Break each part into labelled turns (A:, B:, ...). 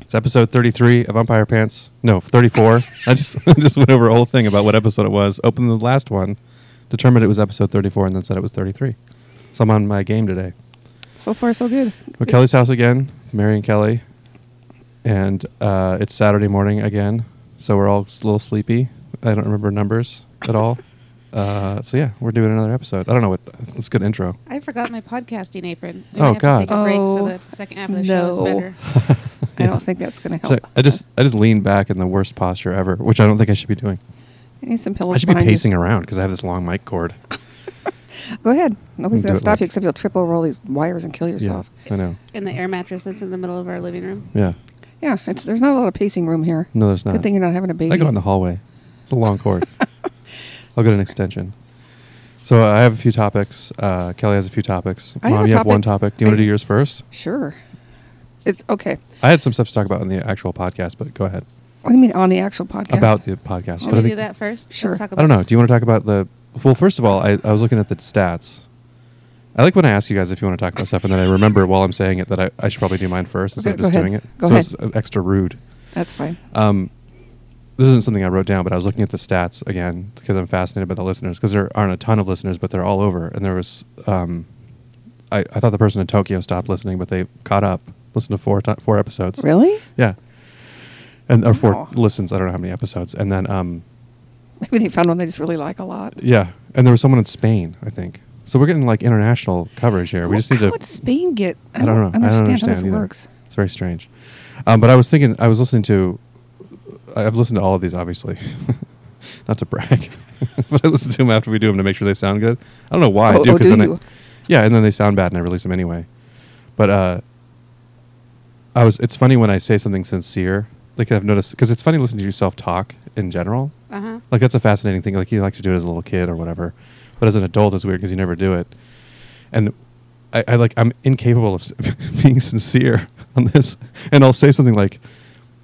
A: It's episode 33 of Umpire Pants. No, 34. I just I just went over a whole thing about what episode it was. Opened the last one, determined it was episode 34, and then said it was 33. So I'm on my game today.
B: So far, so good.
A: We're at Kelly's house again, Mary and Kelly. And uh, it's Saturday morning again, so we're all s- a little sleepy. I don't remember numbers at all. Uh, so yeah, we're doing another episode. I don't know what. That's a good intro.
C: I forgot my podcasting apron.
A: Oh,
C: might have
A: God.
C: To take a break so
B: Oh,
C: the second half of the show is
B: no.
C: better.
B: I don't think that's going to
A: So
B: help.
A: I just I just lean back in the worst posture ever, which I don't think I should be doing.
B: I need some pillows.
A: I should be
B: behind you.
A: pacing around because I have this long mic cord.
B: Go ahead. Nobody's
A: Do
B: going
A: it
B: to stop
A: like-
B: you except you'll trip over all these wires and kill
A: Yeah,
B: yourself.
A: I know.
C: And the air mattress that's in the middle of our living room.
A: Yeah.
B: Yeah, it's, there's not a lot of pacing room here.
A: No, there's not.
B: Good thing you're not having a baby.
A: I go in the hallway. It's a long cord. I'll get an extension. So uh, I have a few topics. Uh, Kelly has a few topics.
B: I have
A: Mom,
B: a
A: you have one
B: topic.
A: topic. Do you want to
B: I-
A: do yours first?
B: Sure. It's okay.
A: I had some stuff to talk about on the actual podcast, but go ahead
B: What do you mean on the actual podcast?
A: about the podcast.
C: Should
A: But I
C: we do
A: think-
C: that first?
B: Sure.
C: Let's talk
A: I
C: about
A: don't know. Do you want to talk about the? Well, first of all, I, I was looking at the stats. I like when I ask you guys if you want to talk about stuff, and then I remember while I'm saying it that I, I should probably do mine first instead
B: Okay,
A: of just
B: go ahead.
A: doing it.
B: Go
A: so
B: ahead.
A: it's uh, extra rude.
B: That's fine.
A: Um, this isn't something I wrote down, but I was looking at the stats again because I'm fascinated by the listeners because there aren't a ton of listeners, but they're all over. And there was, um, I, I thought the person in Tokyo stopped listening, but they caught up, listened to four to- four episodes.
B: Really?
A: Yeah. And or four
B: Wow.
A: listens. I don't know how many episodes. And then, um,
B: Maybe they found one they just really like a lot.
A: yeah, and there was someone in Spain, I think. So we're getting like international coverage here. We just need
B: How
A: to.
B: would Spain get?
A: I don't know. I don't understand
B: how this
A: either.
B: works.
A: It's very strange. Um, but I was thinking, I was listening to, I've listened to all of these, obviously, not to brag, but I listen to them after we do them to make sure they sound good. I don't know why
B: Oh-
A: I do
B: oh,
A: because
B: do
A: then I,
B: you?
A: yeah, and then they sound bad and I release them anyway. But uh, I was, it's funny when I say something sincere. Like I've noticed, because it's funny listening to yourself talk in general.
C: Uh huh.
A: Like that's a fascinating thing. Like you like to do it as a little kid or whatever, but as an adult, it's weird because you never do it. And I, I like I'm incapable of s- being sincere on this, and I'll say something like,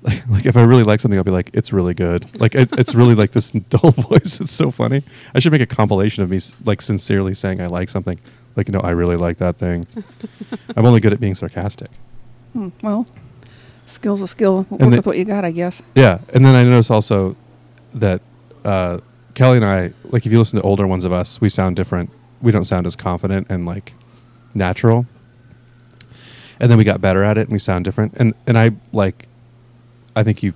A: like, if I really like something, I'll be like, it's really good. Like it, it's really like this dull voice. It's so funny. I should make a compilation of me s- like sincerely saying I like something. Like no, I really like that thing. I'm only good at being sarcastic.
B: Hmm, well, skill's a skill. Work
A: And the-
B: with what you got, I guess.
A: Yeah, and then I notice also that uh, Kelly and I, like, if you listen to older ones of us, we sound different. We don't sound as confident and like natural. And then we got better at it, and we sound different. And and I like, I think you,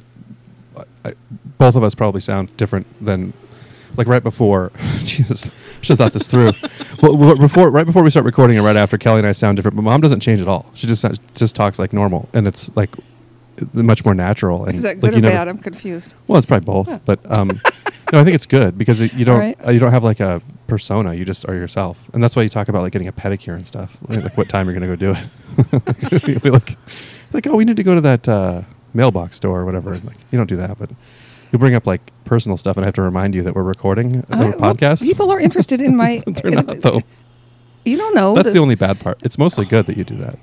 A: I, I, both of us probably sound different than. Like right before, Jesus, I should have thought this through. well, well, before, right before we start recording, and right after, Kelly and I sound different. But Mom doesn't change at all. She just sounds- just talks like normal, and it's like much more natural. And
B: Is that
A: like,
B: good
A: you
B: or
A: never-
B: bad? I'm confused.
A: well, it's probably both,
B: Huh.
A: but um, no, I think it's good because it, you don't
B: Alright.
A: uh, you don't have like a persona. You just are yourself, and that's why you talk about like getting a pedicure and stuff. Like, like what time you're gonna go do it? We like, like oh, we need to go to that uh, mailbox store or whatever. And, like you don't do that, but you bring up like personal stuff, and I have to remind you that we're recording a
B: I-
A: little
B: well,
A: podcast.
B: people are interested in my.
A: They're not though.
B: You don't know.
A: That's the only bad part. It's mostly good that you do that.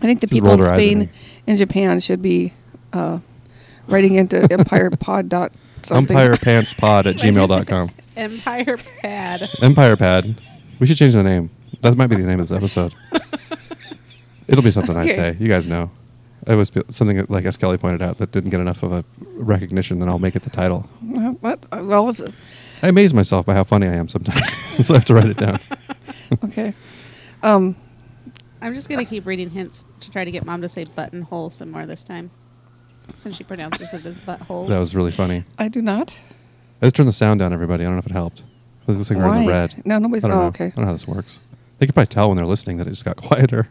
B: I think the
A: Just
B: people in
A: rolled her eyes at me.
B: Spain and Japan should be uh, writing into empirepod dot something.
A: Umpirepantspod at gmail.com.
C: Empire pad.
A: Empire Pad. We should change the name. That might be the name of this episode. It'll be something I
B: Okay.
A: say. You guys know. It was be- something that, like as Kelly pointed out that didn't get enough of a recognition. Then I'll make it the title.
B: Well, what? Uh, Well, if,
A: I amaze myself by how funny I am sometimes, so I have to write it down.
B: okay. Um,
C: I'm just gonna keep reading hints to try to get mom to say buttonhole some more this time, since she pronounces it as butthole.
A: That was really funny.
B: I do not.
A: I just turned the sound down, everybody. I don't know if it helped. It looks like we're in the
B: Why?
A: red.
B: No, nobody's-
A: I don't
B: oh,
A: know.
B: okay.
A: I don't know how this works. They could probably tell when they're listening that it just got quieter.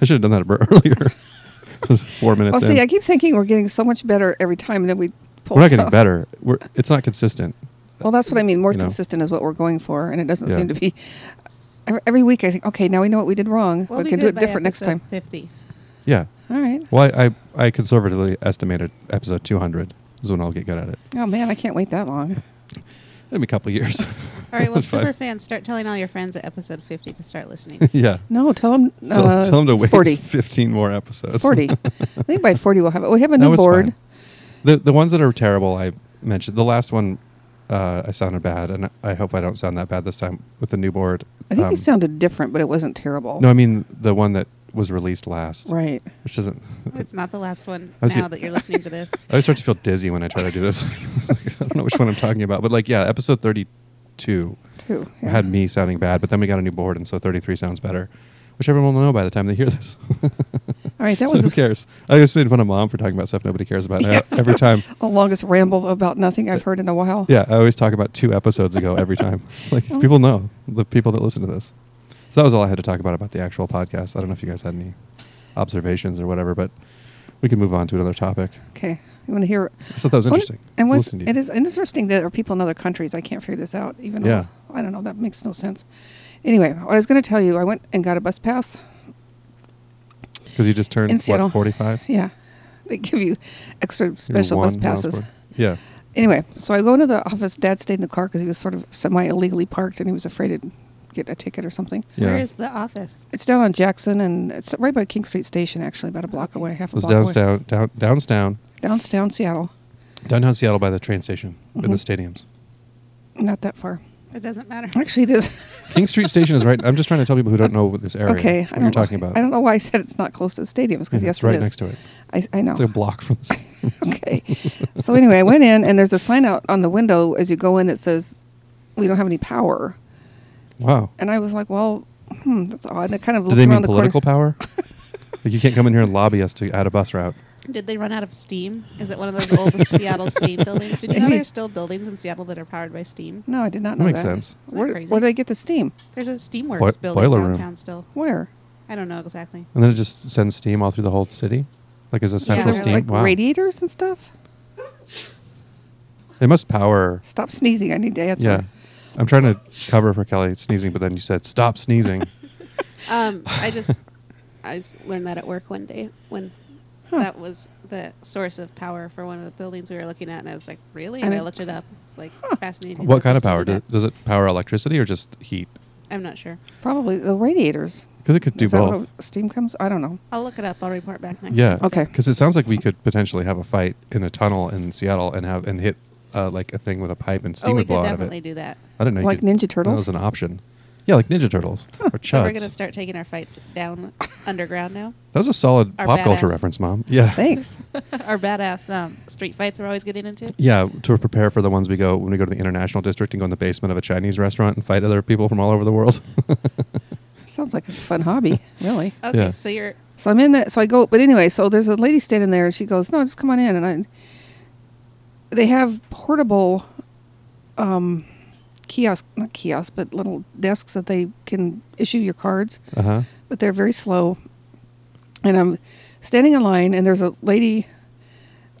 A: I should have done that a bit earlier. Four minutes.
B: Oh, see,
A: in.
B: I keep thinking we're getting so much better every time, and then we pull.
A: We're not
B: some-
A: getting better. We're, it's not consistent.
B: Well, that's what I mean. More
A: You know.
B: consistent is what we're going for, and it doesn't
A: Yeah.
B: seem to be. Every, every week, I think, okay, now we know what we did wrong.
C: We'll
B: we
C: be
B: can do
C: good
B: it
C: by
B: different next
C: episode
B: time.
C: Fifty.
A: Yeah.
B: All right.
A: Well, I, I, I conservatively estimated episode 200 is when I'll get good at it.
B: Oh man, I can't wait that long.
A: It'll be a couple years.
C: All right. Well,
A: It's fine.
C: super fans, start telling all your friends at episode fifty to start listening.
A: yeah.
B: No, tell them.
A: So tell them to wait
B: Forty.
A: 15 more episodes.
B: 40. I think by 40 we'll have it. We have a
A: No,
B: new
A: it's
B: board.
A: fine. The, the ones that are terrible, I mentioned. The last one, uh, I sounded bad, and I hope I don't sound that bad this time with the new board.
B: I think
A: Um,
B: you sounded different, but it wasn't terrible.
A: No, I mean the one that was released last.
B: Right.
A: Which doesn't.
C: It's not the last one
A: I see-
C: now that you're listening to this.
A: I always start to feel dizzy when I try to do this. It's like, I don't know which one I'm talking about, but like yeah, episode 32
B: Two.
A: had me sounding bad, but then we got a new board, and so 33 sounds better, which everyone will know by the time they hear this.
B: All right. That
A: so
B: was
A: who cares? I just made fun of mom for talking about stuff nobody cares about. And I-
B: Yes.
A: uh,
B: Oh.
A: every time, Uh,
B: the longest ramble about nothing I've heard in a while.
A: yeah, I always talk about two episodes ago every time. Like people know the people that listen to this. So that was all I had to talk about about the actual podcast. I don't know if you guys had any observations or whatever, but we can move on to another topic.
B: Okay. You want to hear?
A: I thought that was
B: I wanna-
A: interesting.
B: And
A: was
B: what's,
A: listening to
B: it
A: you.
B: is interesting that there are people in other countries. I can't figure this out. Even
A: Yeah.
B: though, I don't know. That makes no sense. Anyway, what I was going to tell you, I went and got a bus pass.
A: Because you just turned
B: in
A: what
B: Seattle.
A: forty five.
B: Yeah, they give you extra special bus passes.
A: Yeah.
B: Anyway, so I go into the office. Dad stayed in the car because he was sort of semi illegally parked and he was afraid to get a ticket or something.
A: Yeah.
C: Where is the office?
B: It's down on Jackson and it's right by King Street Station, actually, about a block away, half
A: It
B: a
A: was
B: block away.
A: downtown, down, downtown,
B: Downtown Seattle,
A: downtown Seattle by the train station in the
B: Mhm.
A: stadiums.
B: not that far.
C: It doesn't matter.
B: Actually, it is.
A: King Street Station is right. I'm just trying to tell people who don't know what this area.
B: okay, I
A: what
B: don't
A: you're
B: know.
A: talking about.
B: I don't know why I said it's not close to the stadiums because
A: Yeah,
B: yes,
A: it's right
B: it is.
A: next to it.
B: I, I know.
A: It's a block from. The s-
B: okay. So anyway, I went in and there's a sign out on the window as you go in that says, "We don't have any power."
A: wow.
B: And I was like, "Well, hmm, that's odd." And I kind of
A: Do
B: looked
A: they
B: around
A: mean
B: the corner.
A: political power? like you can't come in here and lobby us to add a bus route.
C: Did they run out of steam? Is it one of those old Seattle steam buildings? Did you know
B: Maybe.
C: there's still buildings in Seattle that are powered by steam?
B: No, I did not
A: That
B: know
A: makes
B: that.
A: sense.
C: Isn't that
B: Where,
C: crazy?
B: where do they get the steam?
C: There's a steamworks
A: Boi-
C: building
A: boiler room.
C: downtown still.
B: Where?
C: I don't know exactly.
A: And then it just sends steam all through the whole city. Like as a
C: Yeah,
A: central
C: they're
A: steam.
B: like
A: wow.
B: radiators and stuff.
A: They must power.
B: Stop sneezing. I need to answer.
A: yeah. I'm trying to cover for Kelly sneezing, but then you said stop sneezing.
C: Um, I just I s- learned that at work one day when
B: Huh.
C: that was the source of power for one of the buildings we were looking at, and I was like, really?
B: And
C: And I
B: it-
C: looked it up. It's like
B: Huh.
C: fascinating.
A: What
C: that
A: kind
C: they
A: of
C: still
A: power?
C: do
A: Do,
C: that.
A: does it power electricity or just heat?
C: I'm not sure.
B: Probably the radiators.
A: Because it could do
B: Is that where
A: both.
B: steam comes? I don't know.
C: I'll look it up. I'll report back next.
A: Yeah.
C: episode.
B: Okay.
A: Because it sounds like we could potentially have a fight in a tunnel in Seattle and have and hit uh, like a thing with a pipe and steam
C: Oh, we
A: would blow
C: could
A: out of
C: definitely
A: it.
C: do that.
A: I didn't know. you
B: Like
A: could-
B: Ninja
A: That
B: Turtles?
A: was an option. Yeah, like Ninja Turtles or Chuds.
C: So we're gonna start taking our fights down underground now.
A: That was a solid
C: our
A: pop culture
C: badass.
A: reference, Mom. Yeah.
B: Thanks.
C: our badass um, street fights we're always getting into.
A: Yeah, to prepare for the ones we go when we go to the international district and go in the basement of a Chinese restaurant and fight other people from all over the world.
B: Sounds like a fun hobby, really.
C: Okay,
A: Yeah.
C: so you're
B: So I'm in that. So I go, but anyway, so there's a lady standing there, and she goes, "No, just come on in." And I, they have portable, um, kiosk, not kiosk, but little desks that they can issue your cards,
A: uh huh.
B: but they're very slow. And I'm standing in line, and there's a lady.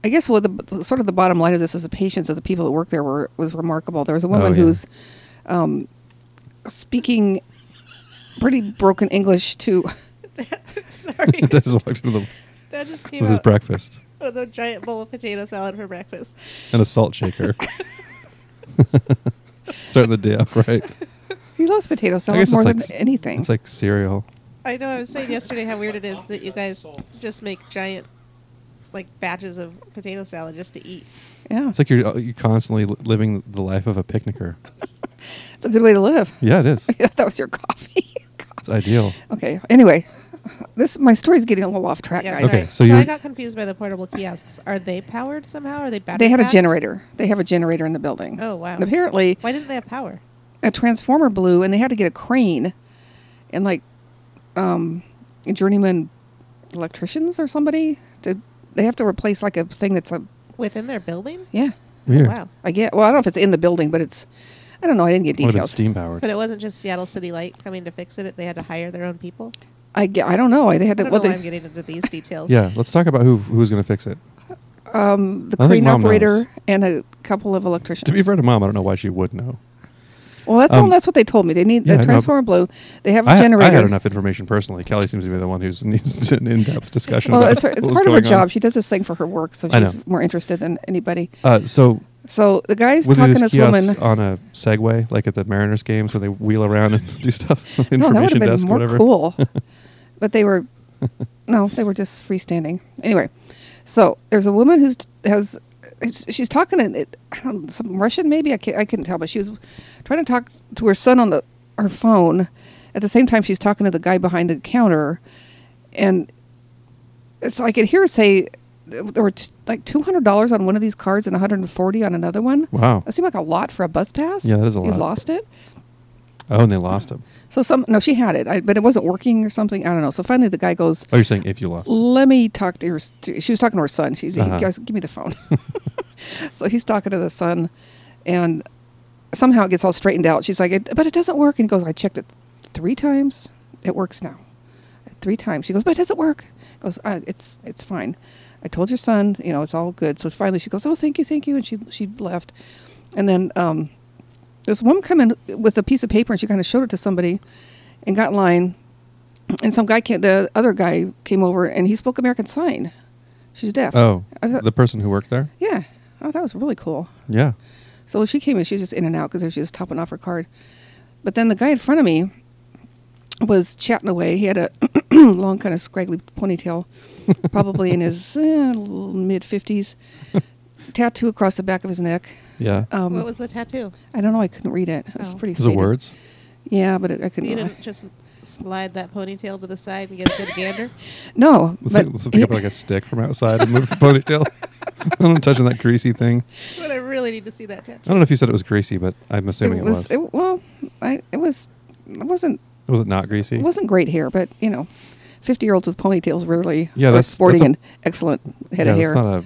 B: I guess what the sort of the bottom line of this is the patience of the people that work there were was remarkable. There was a woman
A: yeah.
B: who's um, speaking pretty broken English to.
C: sorry.
A: just walked into the
C: that just came
A: with his
C: out
A: breakfast
C: with a giant bowl of potato salad for breakfast.
A: and a salt shaker. Starting the day off right.
B: He loves potato salad
A: guess
B: more
A: it's
B: than
A: like-
B: anything.
A: It's like cereal.
C: I know I was saying yesterday how weird it is that you guys just make giant like batches of potato salad just to eat.
B: yeah,
A: It's like you're you're constantly li- living the life of a picnicker.
B: it's a good way to live.
A: Yeah, it is.
B: that was your coffee.
A: It's ideal.
B: okay. Anyway, this my story's getting a little off track,
C: Yeah,
B: guys.
A: Okay,
C: sorry.
A: so
C: So,
A: you-
C: I got confused by the portable kiosks. Are they powered somehow? Are they battery?
B: They had a
C: packed?
B: generator. They have a generator in the building.
C: Oh wow!
B: And apparently,
C: why didn't they have power?
B: a transformer blew, and they had to get a crane, and like, um, journeyman electricians or somebody to. They have to replace like a thing that's a
C: Within their building?
B: yeah.
A: Weird.
C: Wow.
B: I get well. I don't know if it's in the building, but it's. I don't know. I didn't get
A: Would have been
B: details.
A: steam powered.
C: But it wasn't just Seattle City Light coming to fix it. They had to hire their own people.
B: I, ge- I don't know. They had to.
C: I don't
B: well,
C: know why
B: they-
C: I'm getting into these details.
A: Yeah, let's talk about who who's going to fix it.
B: um, the
A: I think
B: crane
A: Mom
B: operator
A: knows.
B: and a couple of electricians.
A: To be fair to mom, I don't know why she would know.
B: well, that's
A: um,
B: all, that's what they told me. They need
A: yeah, I know,
B: the transformer blew. They have a
A: I,
B: generator.
A: I had enough information personally. Kelly seems to be the one who's needs an in-depth discussion.
B: Well,
A: about
B: it's, her, it's
A: what's
B: part of her
A: going on.
B: job. She does this thing for her work, so
A: I know.
B: she's more interested than anybody.
A: Uh, so
B: So the guy's
A: Would
B: talking to
A: these
B: this woman.
A: kiosks on a Segway, like at the Mariners games, where they wheel around and do stuff? information
B: no, that would have been
A: desk,
B: more
A: whatever.
B: cool. but they were, no, they were just freestanding. Anyway, so there's a woman who's has, she's talking in it, I don't know, some Russian maybe I can't, I couldn't tell, but she was trying to talk to her son on the her phone. At the same time, she's talking to the guy behind the counter, and so I could hear her say there were t- like two hundred dollars on one of these cards and one hundred and forty on another one.
A: Wow.
B: That seemed like a lot for a bus pass.
A: Yeah, that is a
B: You
A: lot.
B: lost it.
A: Oh, and they lost him.
B: So some no, she had it, I, but it wasn't working or something. I don't know. So finally, the guy goes,
A: Oh, you're saying if you lost him.
B: "Let me talk to your." She was talking to her son. She's,
A: Uh-huh.
B: "Guys, give me the phone." so he's talking to the son, and somehow it gets all straightened out. She's like, it, "But it doesn't work." And he goes, "I checked it three times. It works now. Three times." She goes, "But it doesn't work." He goes, uh, "It's it's fine. I told your son. You know, it's all good." So finally, she goes, "Oh, thank you, thank you," and she she left, and then. um this woman come in with a piece of paper and she kind of showed it to somebody and got in line and some guy came, the other guy came over and he spoke american sign she's deaf
A: Oh,
B: I thought,
A: the person who worked there.
B: yeah oh that was really cool
A: Yeah.
B: so she came in she was just in and out because she was topping off her card but then the guy in front of me was chatting away he had a long kind of scraggly ponytail probably in his uh, mid 50s tattoo across the back of his neck
A: Yeah.
B: um,
C: what was the tattoo?
B: i don't know i couldn't read it it was
C: Oh.
B: pretty
A: Was it
B: faded.
A: words?
B: Yeah, but it, I couldn't.
C: You didn't just slide that ponytail to the side and get a good gander.
B: no,
A: Was
B: but
A: it- was it pick up like a stick from outside and move the ponytail. I'm touching that greasy thing.
C: But I really need to see that
A: I
C: tattoo.
A: don't know if you said it was greasy, but I'm assuming it was.
B: was. it- well, I it was it wasn't
A: was it not greasy?
B: it wasn't great hair, but you know, fifty year olds with ponytails rarely
A: Yeah,
B: are
A: that's-
B: sporting
A: that's a-
B: an excellent head
A: yeah,
B: of hair.
A: It's not a.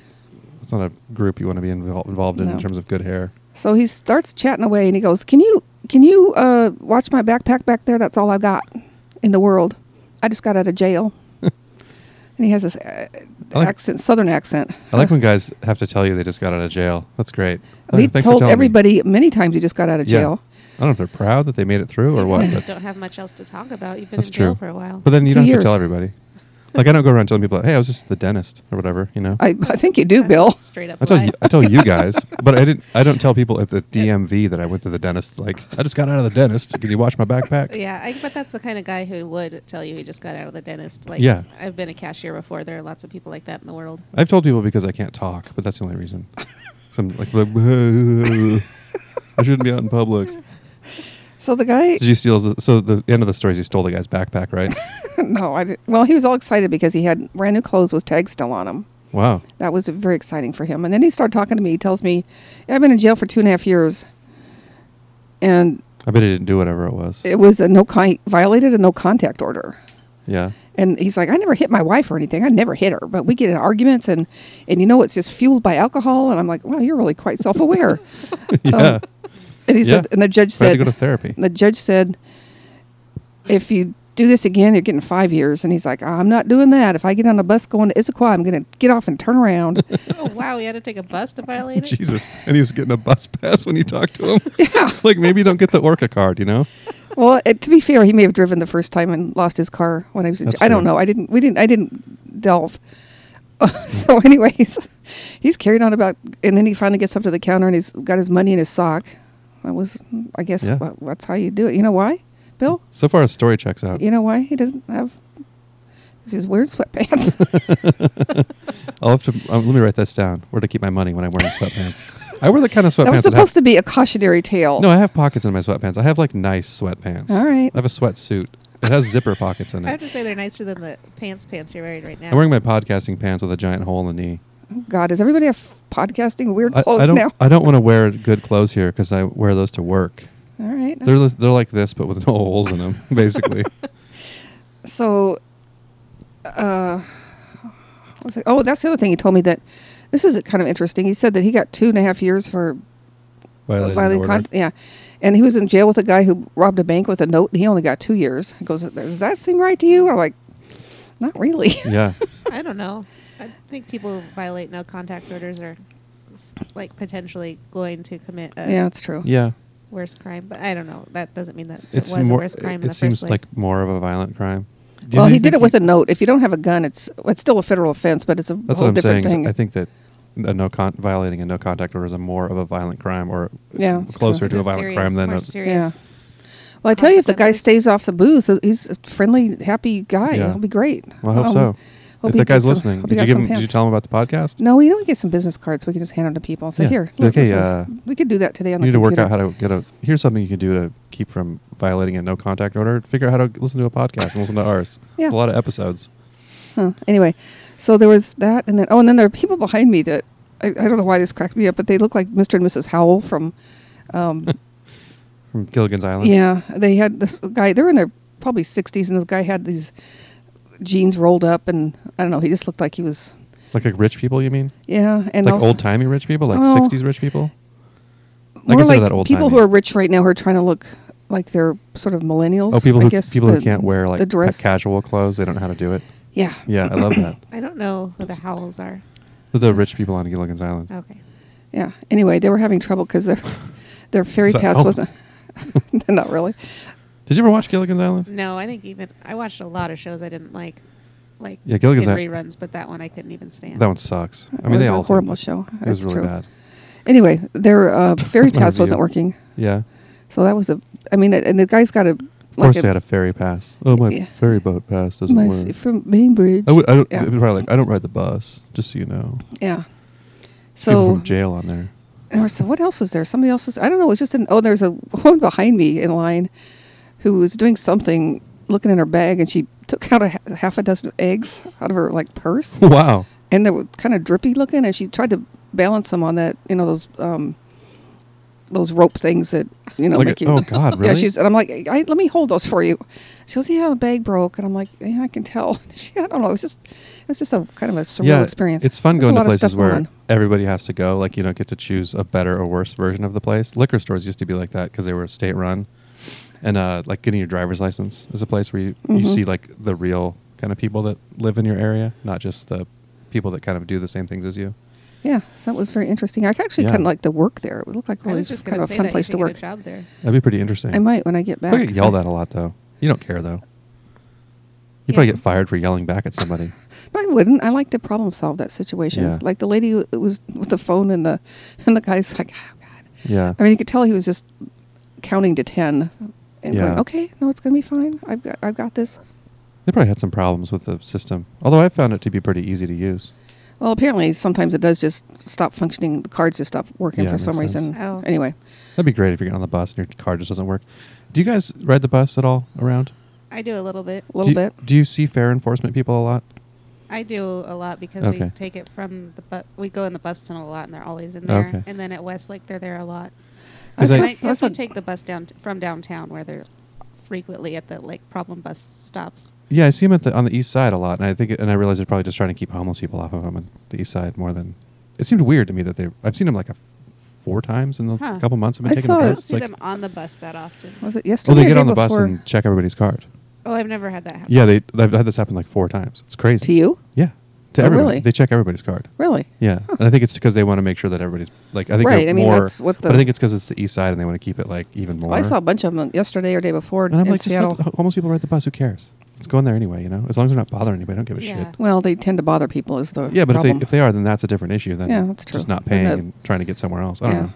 A: It's not a group you want to be involved involved in in
B: No.
A: terms of good hair.
B: so he starts chatting away, and he goes, "Can you can you uh, watch my backpack back there? That's all I've got in the world. I just got out of jail." and he has this uh,
A: I like-
B: accent, southern accent.
A: I like when guys have to tell you they just got out of jail. That's great.
B: Oh, he
A: Thanks for
B: told
A: telling me.
B: everybody many times he just got out of
A: Yeah.
B: jail.
A: I don't know if they're proud that they made it through or
C: I
A: what.
C: just
A: But,
C: don't have much else to talk about. You've been
A: that's
C: in jail
A: true.
C: for a while.
A: But then you
B: Two
A: don't have
B: years.
A: to tell everybody. Like I don't go around telling people, "Hey, I was just at the dentist" or whatever. You know.
B: I, I think you do,
C: That's
B: Bill.
C: Straight up.
A: I tell
C: lie.
A: you, I tell you guys, but I didn't. I don't tell people at the DMV that I went to the dentist. Like I just got out of the dentist. Can you watch my backpack?
C: Yeah, I, but that's the kind of guy who would tell you he just got out of the dentist. Like,
A: Yeah.
C: I've been a cashier before. There are lots of people like that in the world.
A: I've told people because I can't talk, but that's the only reason. 'Cause I'm like, I shouldn't be out in public.
B: So the guy
A: Did you steal? The, so the end of the story is you stole the guy's backpack, right?
B: no, I didn't. Well, he was all excited because he had brand new clothes with tags still on them.
A: wow.
B: That was very exciting for him. And then he started talking to me. He tells me, I've been in jail for two and a half years. And
A: I bet he didn't do whatever it was.
B: it was a no con- violated a no contact order.
A: yeah.
B: And he's like, I never hit my wife or anything. I never hit her. But we get in arguments and, and you know, it's just fueled by alcohol. And I'm like, wow, you're really quite self aware.
A: yeah.
B: and he
A: Yeah.
B: said, and the judge
A: I had to
B: Oh. said,
A: go to therapy.
B: the judge said, if you do this again, you're getting five years. And he's like, I'm not doing that. If I get on a bus going to Issaquah, I'm going to get off and turn around.
C: oh wow, you had to take a bus to violate it.
A: Jesus. And he was getting a bus pass when you talked to him. Yeah. like maybe you don't get the Orca card, you know?
B: Well, it, to be fair, he may have driven the first time and lost his car when I was. In,
A: That's
B: I don't
A: fair.
B: know. I didn't. We didn't. I didn't delve. so, anyways, he's carried on about, and then he finally gets up to the counter and he's got his money in his sock. That was, I guess,
A: Yeah.
B: wha- that's how you do it. You know why, Bill?
A: So far, his story checks out.
B: You know why he doesn't have? 'cause He's wearing sweatpants.
A: I'll have to, um, let me write this down. Where to keep my money when I'm wearing sweatpants. I wear the kind of sweatpants
B: that was
A: that
B: supposed to be a cautionary tale.
A: have, No, I have pockets in my sweatpants. I have like nice sweatpants.
B: All right.
A: I have a sweatsuit. It has zipper pockets in
C: I have
A: it.
C: to say they're nicer than the pants pants you're wearing right now.
A: I'm wearing my podcasting pants with a giant hole in the knee.
B: God, does everybody have podcasting weird
A: I,
B: clothes
A: I don't,
B: now?
A: I don't want to wear good clothes here because I wear those to work.
B: All right.
A: They're li- they're like this, but with no holes in them, basically.
B: so uh I was like, oh, that's the other thing he told me that this is kind of interesting. He said that he got two and a half years for
A: Violating
B: violating
A: order.
B: con- yeah, and he was in jail with a guy who robbed a bank with a note, and he only got two years. He goes, does that seem right to you? I'm like, not really.
A: yeah,
C: I don't know. I think people who violate no contact orders are s- like potentially going to commit a
B: yeah, it's true.
A: yeah.
C: worse crime, but I don't know. That doesn't mean that
A: It's
C: it was
A: more.
C: a worse crime
A: it
C: in the
A: seems
C: first place.
A: like more of a violent crime. Do you
B: Well,
A: think-
B: he did it
A: think
B: with a note. If you don't have a gun, it's it's still a federal offense, but it's a
A: That's
B: whole
A: what I'm
B: different
A: saying. is
B: thing.
A: I think that a no con- violating a no contact order is a more of a violent crime, or
B: Yeah, it's
A: closer
B: true.
C: It's
A: to a
C: a
A: violent
C: serious,
A: crime than
C: more
A: a.
C: serious.
B: well, I tell you, if the guy
C: consequences.
B: stays off the booze, uh, he's a friendly, happy guy.
A: Yeah.
B: He'll be great.
A: Well, I hope
B: Um,
A: so.
B: hope
A: if
B: he
A: that guy's
B: gets some-
A: listening,
B: hope
A: did
B: he
A: you
B: got
A: give
B: some
A: him? Did you
B: pants.
A: tell him about the podcast?
B: No, we don't get some business cards. We can just hand them to people and say,
A: Yeah.
B: "Here,
A: Like,
B: look, this
A: hey,
B: is-
A: uh,
B: we could do that today on
A: You need
B: the
A: to work
B: computer."
A: out how to get a. Here's something you can do to keep from violating a no contact order. Figure out how to listen to a podcast and listen to ours. a
B: Yeah.
A: lot of episodes.
B: Huh. Anyway, so there was that, and then oh, and then there are people behind me that I, I don't know why this cracked me up, but they look like Mr. and Mrs. Howell from, um,
A: from Gilligan's Island.
B: yeah, they had this guy. They're in their probably sixties, and this guy had these jeans rolled up, and I don't know. He just looked like he was
A: Like, like rich people, you mean?
B: yeah, and
A: like
B: also-
A: old timey rich people, like
B: Oh.
A: sixties rich people. I
B: more
A: consider
B: like
A: that old
B: people who
A: timey.
B: are rich right now who are trying to look like they're sort of millennials.
A: Oh, people
B: I
A: who
B: guess
A: people who
B: the-
A: can't wear like
B: the dress.
A: casual clothes. They don't know how to do it.
B: Yeah,
A: Yeah, I love that.
C: I don't know who the Howells are.
A: The rich people on Gilligan's Island.
C: Okay.
B: Yeah. Anyway, they were having trouble because their their ferry
A: Is that
B: pass
A: all?
B: wasn't. not really.
A: Did you ever watch Gilligan's Island?
C: No, I think even I watched a lot of shows I didn't like, like
A: Yeah, Gilligan's
C: in
A: Isle-
C: reruns, but that one I couldn't even stand.
A: That one sucks. I
B: It
A: mean,
B: was
A: they
B: a
A: all do,
B: horrible
A: but
B: show.
A: It was
B: That's
A: really
B: true.
A: bad.
B: Anyway, their uh, ferry
A: That's my
B: pass
A: review.
B: wasn't working,
A: Yeah.
B: so that was a. I mean, and the guy's got a.
A: Of course, they had a ferry pass. Oh, my
B: Yeah.
A: ferry boat pass doesn't
B: my,
A: work.
B: f- from Bainbridge.
A: Oh, I would. I don't.
B: Yeah.
A: it'd be Probably like I don't ride the bus. Just so you know.
B: yeah.
A: people
B: So
A: from jail on there.
B: And I said, what else was there? Somebody else was, I don't know, it was just an, oh, there's a woman behind me in line who was doing something, looking in her bag, and she took out a ha- half a dozen eggs out of her, like, purse.
A: Wow.
B: and they were kind of drippy looking, and she tried to balance them on that, you know, those, um, those rope things that, you know,
A: Like
B: make
A: a-
B: you.
A: oh, God,
B: Yeah,
A: really?
B: she's, and I'm like, I, let me hold those for you. She goes, yeah, the bag broke. And I'm like, yeah, I can tell. She, I don't know. It was just, it was just a kind of a surreal
A: yeah,
B: experience.
A: it's fun
B: There's a
A: going to
B: lot of stuff
A: places where
B: going on.
A: everybody has to go. Like you don't get to choose a better or worse version of the place. Liquor stores used to be like that because they were state run, and uh, like getting your driver's license is a place where you, you
B: Mhm.
A: see like the real kind of people that live in your area, not just the people that kind of do the same things as you.
B: Yeah, so that was very interesting. I actually
A: Yeah.
B: kind of like to work there. It would look like
C: I
B: really
C: was just
B: kind
C: gonna
B: of a
C: say
B: fun
C: that
B: place
C: you
B: to
C: should
B: work.
C: get a job there.
A: That'd be pretty interesting.
B: I might when I get back.
A: I get yelled at a lot though. You don't care though. You probably
C: Yeah.
A: get fired for yelling back at somebody.
B: No, I wouldn't. I like to problem solve that situation.
A: Yeah.
B: Like the lady who was with the phone and the and the guy's like, oh god.
A: yeah.
B: I mean, you could tell he was just counting to ten and going,
A: Yeah.
B: okay, no, it's gonna be fine. I've got I've got this.
A: They probably had some problems with the system. Although I found it to be pretty easy to use.
B: Well, apparently sometimes it does just stop functioning. The cards just stop working
A: Yeah,
B: for
A: it
B: some
A: makes
B: reason.
A: sense.
C: Oh.
B: Anyway,
A: That'd be great if you're getting on the bus and your car just doesn't work. Do you guys ride the bus at all around?
C: I do a little bit.
B: a little
A: do you,
B: bit.
A: Do you see fare enforcement people a lot?
C: I do a lot because we
A: Okay.
C: take it from the bu- we go in the bus tunnel a lot, and they're always in there.
A: Okay.
C: And then at Westlake, they're there a lot.
A: 'Cause
C: Because
A: I-
C: I,
A: That's-
C: guess
B: that's
C: we
B: what-
C: take the bus down from downtown, where they're frequently at the like problem bus stops.
A: Yeah, I see them at the, on the east side a lot, and I think and I realize they're probably just trying to keep homeless people off of them on the east side more than. It seemed weird to me that they. I've seen them like a f- four times in the
C: Huh.
A: couple months I've been
B: I
A: taking the
B: saw
C: I
A: bus.
B: Oh,
C: don't
B: it's
C: see
A: like,
C: them on the bus that often.
B: Was it
A: oh,
B: yesterday?
A: they
B: or
A: get
B: day
A: on the bus
B: before?
A: and check everybody's card.
C: Oh, I've never had that happen.
A: Yeah, they. I've had this happen like four times. It's crazy.
B: to you.
A: Yeah, to
B: Oh,
A: everybody.
B: really?
A: They check everybody's card.
B: Really?
A: Yeah,
B: Huh.
A: and I think it's because they want to make sure that everybody's like. I think
B: Right,
A: they're
B: I mean,
A: more.
B: that's what
A: but I
B: the-
A: think it's because it's the east side, and they want to keep it like even more.
B: Well, I saw a bunch of them yesterday or day before
A: And I'm
B: in
A: like, just
B: Seattle.
A: let homeless people ride the bus. Who cares? Let's go in there anyway. You know, as long as they're not bothering anybody, I don't give a
C: Yeah.
A: shit.
B: Well, they tend to bother people, is the
A: Yeah, but if they,
B: problem.
A: if they are, then that's a different issue. Then
B: Yeah, that's
A: just
B: true.
A: not
B: Then
A: paying
B: that-
A: and trying to get somewhere else. I don't
B: Yeah.
A: know.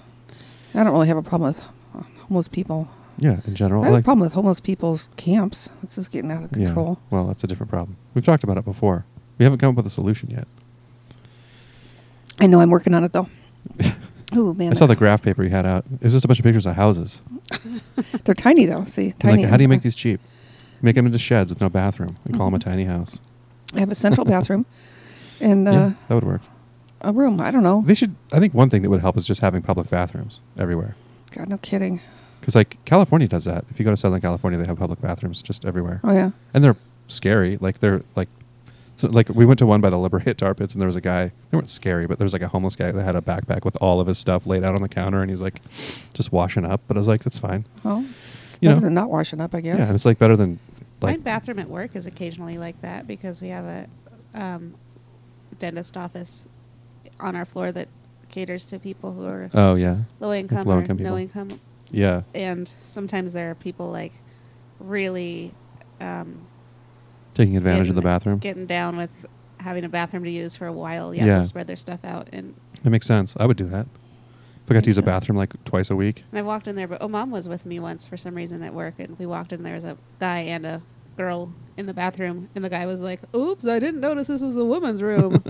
B: I don't really have a problem with uh, homeless people.
A: Yeah, in general,
B: I have
A: like-
B: a problem with homeless people's camps. It's just getting out of
A: yeah,
B: control.
A: Well, that's a different problem. We've talked about it before. We haven't come up with a solution yet.
B: I know I'm working on it though. Ooh man,
A: I saw the graph paper you had out. It was just a bunch of pictures of houses.
B: they're tiny though. See,
A: And,
B: tiny.
A: Like, how do you make these cheap? Make them into sheds with no bathroom and call them a tiny house.
B: I have a central bathroom Mm-hmm. and uh, Oh.
A: yeah, that would work.
B: a room. I don't know.
A: They should. I think one thing that would help is just having public bathrooms everywhere.
B: God, no kidding.
A: Because like California does that. If you go to Southern California, they have public bathrooms just everywhere,
B: Oh yeah.
A: and they're scary. Like they're like, so, like we went to one by the Liberate Tar Pits, and there was a guy. They weren't scary, but there was like a homeless guy that had a backpack with all of his stuff laid out on the counter, and he was like, just washing up. But I was like, that's fine.
B: Well,
A: You
B: better
A: know.
B: than not washing up, I guess.
A: Yeah, and it's like better than
C: My
A: like
C: bathroom at work is occasionally like that because we have a um, dentist office on our floor that caters to people who are
A: oh yeah,
C: low income or
A: low-income people.
C: no income
A: yeah.
C: and sometimes there are people like really um,
A: Taking advantage
C: getting-
A: of the bathroom.
C: getting down with having a bathroom to use for a while. Yeah,
A: Yeah.
C: they'll spread their stuff out, and,
A: That makes sense. I would do that. If I got to use a
C: Yeah.
A: bathroom like twice a week.
C: and I walked in there, but oh, mom was with me once for some reason at work, and we walked in. There was a guy and a girl in the bathroom, and the guy was like, "Oops, I didn't notice this was the women's room."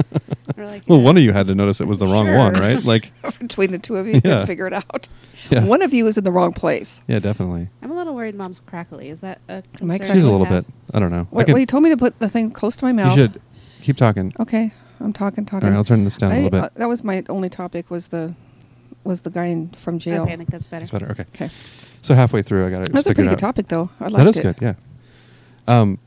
C: We're like,
A: Well,
C: "Yeah."
A: one of you had to notice it was the wrong
C: Sure.
A: one, right? Like,
B: Between the two of you, you
A: Yeah.
B: can figure it out.
A: Yeah.
B: One of you is in the wrong place.
A: yeah, definitely.
C: I'm a little worried. Mom's crackly. Is that a
B: Am I
C: concern?
B: crackly?
A: She's a
C: you
A: little
C: have?
A: bit. I don't know. I
B: What,
A: could-
B: well, you told me to put the thing close to my mouth.
A: You should. Keep talking.
B: Okay, I'm talking,
A: All
B: talking.
A: right, I'll turn this down a
B: I-
A: little bit.
B: uh, that was my only topic was the was the guy in, from jail.
C: Okay, I think that's better.
A: That's better. Okay.
B: Okay.
A: So halfway through, I got it.
B: That's a
A: figured
B: pretty good
A: out.
B: topic, though. I liked
A: that is
B: it.
A: good. Yeah. Um,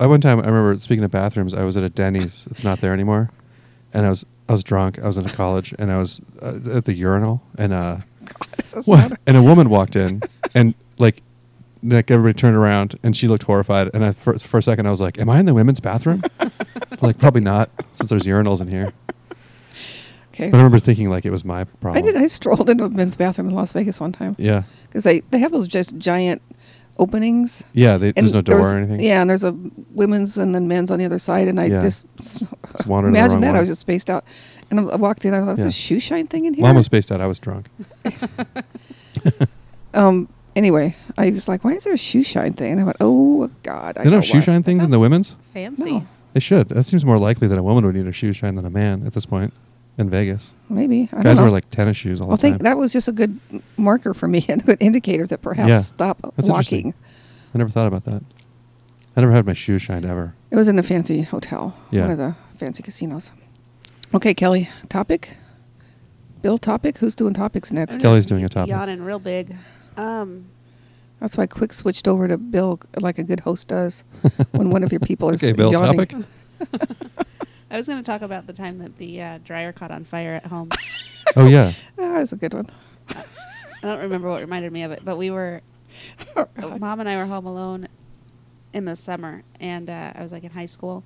A: at one time, I remember speaking of bathrooms. I was at a Denny's. It's not there anymore, and I was I was drunk. I was in a college, and I was uh, at the urinal, and uh,
B: God, this is
A: what?
B: not-
A: And a woman walked in, and like, like everybody turned around, and she looked horrified. And I, for, for a second, I was like, "Am I in the women's bathroom?" like, probably not, since there's urinals in here.
B: okay.
A: But I remember thinking like it was my
B: I
A: problem.
B: did. I strolled into a men's bathroom in Las Vegas one time.
A: yeah,
B: Because they, they have those just giant openings.
A: yeah. They, there's no
B: there
A: door
B: was-
A: or anything.
B: Yeah, and there's a women's and then men's on the other side, and I
A: Yeah.
B: just,
A: wandered in the wrong
B: imagine that I
A: one.
B: was just spaced out, and I walked in. I thought,
A: Yeah.
B: "Is a shoe shine thing in here?"
A: Well, almost spaced out. I was drunk.
B: Um. Anyway, I was like, "Why is there a shoe shine thing?" And I went, "Oh God!"
A: they
B: I know
A: don't have shoe
B: why."
A: shine things in the
C: sounds-
A: women's.
C: Fancy.
B: No.
A: They should. That seems more likely that a woman would need a shoe shine than a man at this point in Vegas.
B: Maybe I
A: Guys
B: don't know.
A: wear like tennis shoes all
B: I
A: the time.
B: think that was just a good marker for me and a good indicator that perhaps
A: Yeah.
B: stop
A: That's interesting.
B: walking.
A: I never thought about that. I never had my shoe shined ever.
B: It was in a fancy hotel,
A: Yeah.
B: one of the fancy casinos. Okay, Kelly, topic. Bill, topic. Who's doing topics next?
C: I'm
A: Kelly's
C: just
A: doing a topic.
C: Yawning real big. Um,
B: That's why I quick switched over to Bill, like a good host does, when one of your people is
A: Okay, Bill.
B: yawning.
A: Topic.
C: I was going to talk about the time that the uh, dryer caught on fire at home.
A: oh yeah.
B: Ah, that's a good one.
C: I don't remember what reminded me of it, but we were, mom and I were home alone in the summer, and uh, I was like in high school.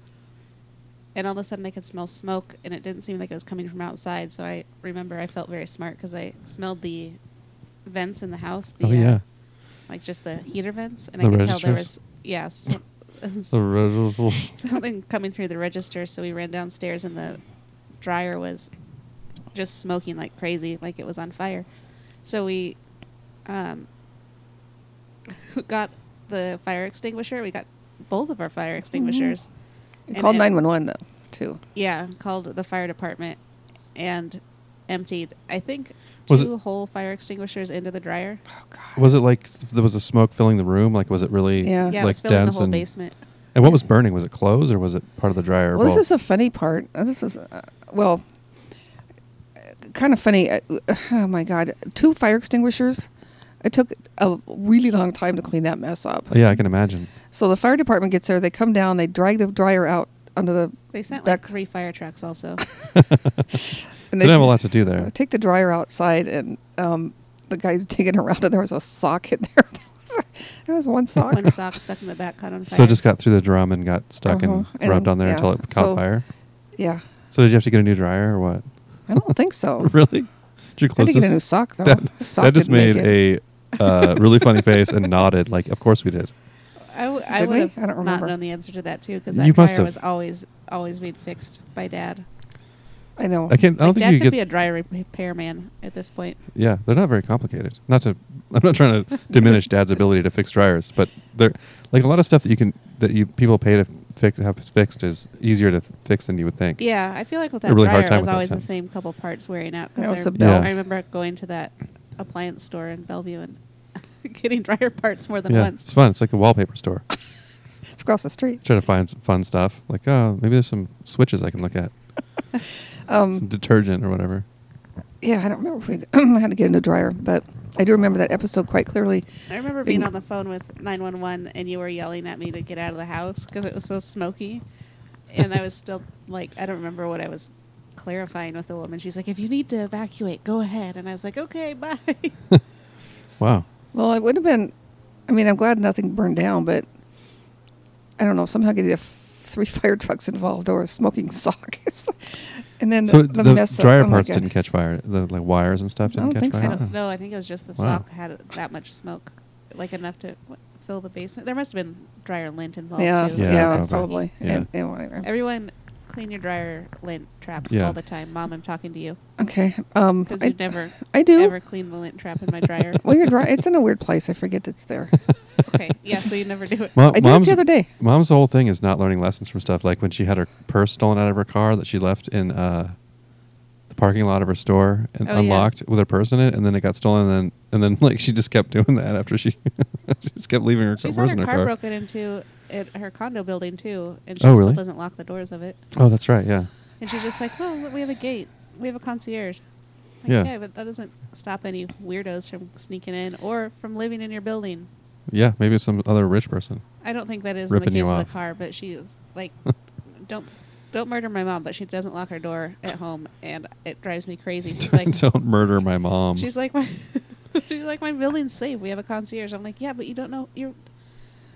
C: And all of a sudden, I could smell smoke, and it didn't seem like it was coming from outside. So I remember I felt very smart because I smelled the vents in the house. The,
A: Oh
C: uh,
A: yeah.
C: like just the heater vents, and
A: The
C: I could tell there
A: registers?
C: was yes. something coming through the register. So we ran downstairs, and the dryer was just smoking like crazy, like it was on fire. So we um, got the fire extinguisher. We got both of our fire
A: Mm-hmm.
C: extinguishers.
B: You
C: And
B: called
C: it-
B: nine one one though, too.
C: Yeah, called the fire department and emptied. I think
A: Was
C: two
A: it-
C: whole fire extinguishers into the dryer.
B: Oh God.
A: was it like there was a smoke filling the room? Like was it really
B: Yeah.
A: like
C: Yeah, it was filling the
A: dense
C: whole
A: and
C: basement.
A: and what was burning? Was it clothes or was it part of the dryer? or
B: Well,
A: both?
B: this is a funny part. Uh, This is, uh, well, kind of funny. Uh, Oh my God. Two fire extinguishers. It took a really long time to clean that mess up.
A: Oh, yeah, I can imagine.
B: So the fire department gets there, they come down, they drag the dryer out under the.
C: They sent
B: back,
C: like three fire trucks also.
B: and
A: They didn't have a lot to do there.
B: Take the dryer outside, and um, the guy's digging around, and there was a sock in there. there, was, there was one sock.
C: One sock stuck in the back caught on fire.
A: So it just got through the drum and got stuck
B: Uh-huh.
A: and rubbed
B: And,
A: on there
B: yeah,
A: until it caught
B: so-
A: fire.
B: yeah.
A: So did you have to get a new dryer or what?
B: I don't think so.
A: really? Did you
B: Oh. I had
A: close
B: to get a new
A: this?
B: sock, though.
A: That,
B: The sock
A: that just
B: didn't make
A: made
B: it.
A: a uh, really funny face and nodded. Like, of course we did.
C: I, w- I
B: Did
C: would
B: we?
C: have
B: I don't
C: not
B: remember.
C: known the answer to that too because
A: You
C: that
A: must have.
C: dryer was always always being fixed by dad.
B: I know.
A: I can't. I
C: Like,
A: don't
C: dad
A: think you
C: could
A: could.
C: be a dryer repairman at this point.
A: yeah, they're not very complicated. Not to. I'm not trying to diminish Dad's ability to fix dryers, but they're like a lot of stuff that you can that you people pay to fix have fixed is easier to fix than you would think.
C: Yeah, I feel like with
A: A
C: that
A: really hard
C: dryer,
A: time with
C: it was
A: that
C: always the
A: sentence.
C: same couple parts wearing out.
B: Yeah,
C: Because
B: it's
C: I,
B: a belt.
C: I remember going to that appliance store in Bellevue and getting dryer parts more than
A: Yeah, it's
C: once.
A: fun. It's like a wallpaper store.
B: It's across the street.
A: Try to find fun stuff. Like, oh, maybe there's some switches I can look at, some
B: Um,
A: detergent or whatever.
B: yeah, I don't remember if we I had to get a new dryer, but I do remember that episode quite clearly.
C: I remember being
B: Being-
C: on the phone with 911 and you were yelling at me to get out of the house because it was so smoky. And I was still like, I don't remember what I was clarifying with the woman. She's like, if you need to evacuate, go ahead. And I was like, okay, bye.
A: Wow.
B: Well, it would have been. I mean, I'm glad nothing burned down, but I don't know. Somehow getting the f- three fire trucks involved or a smoking sock, It's- and then
A: So
B: the, the,
A: the,
B: mess up.
A: dryer
B: Oh my
A: parts
B: God.
A: didn't catch fire. The like wires and stuff
B: I
A: didn't
B: don't
A: catch
B: think
A: fire.
B: so.
A: Oh.
C: no, I think it was just the
A: Wow.
C: sock had that much smoke, like enough to what, fill the basement. There must have been dryer lint involved
B: Yeah,
C: too.
B: yeah,
A: Yeah,
B: it's
A: okay.
B: probably.
A: Yeah.
B: And- and whatever.
C: Everyone, clean your dryer lint traps
A: Yeah.
C: all the time. Mom, I'm talking to you
B: okay. Um,
C: because
B: I-
C: you never
B: I do.
C: ever clean the lint trap in my dryer.
B: well, your dryer. It's in a weird place. I forget it's there.
C: okay, yeah, so you never do it.
A: Mom,
B: I did it
A: mom's,
B: the other day.
A: Mom's whole thing is not learning lessons from stuff. Like when she had her purse stolen out of her car that she left in uh, the parking lot of her store and
C: Oh, yeah.
A: unlocked with her purse in it, and then it got stolen. And then, and then like she just kept doing that after she, she just kept leaving her
C: She's
A: purse
C: had
A: in
C: her
A: her
C: car
A: car.
C: broken into at her condo building too, and she
A: Oh,
C: still
A: really?
C: doesn't lock the doors of it.
A: Oh, that's right. Yeah.
C: And she's just like, "Well, we have a gate. We have a concierge." Like,
A: Yeah.
C: yeah. but that doesn't stop any weirdos from sneaking in or from living in your building.
A: Yeah. Maybe it's some other rich person.
C: I don't think that is in
A: Ripping
C: the
A: you
C: case of
A: off.
C: the car, but she's like, "Don't." Don't murder my mom, but she doesn't lock her door at home, and it drives me crazy. She's like,
A: Don't murder my mom.
C: She's like my she's like my building's safe. We have a concierge. I'm like, yeah, but you don't know your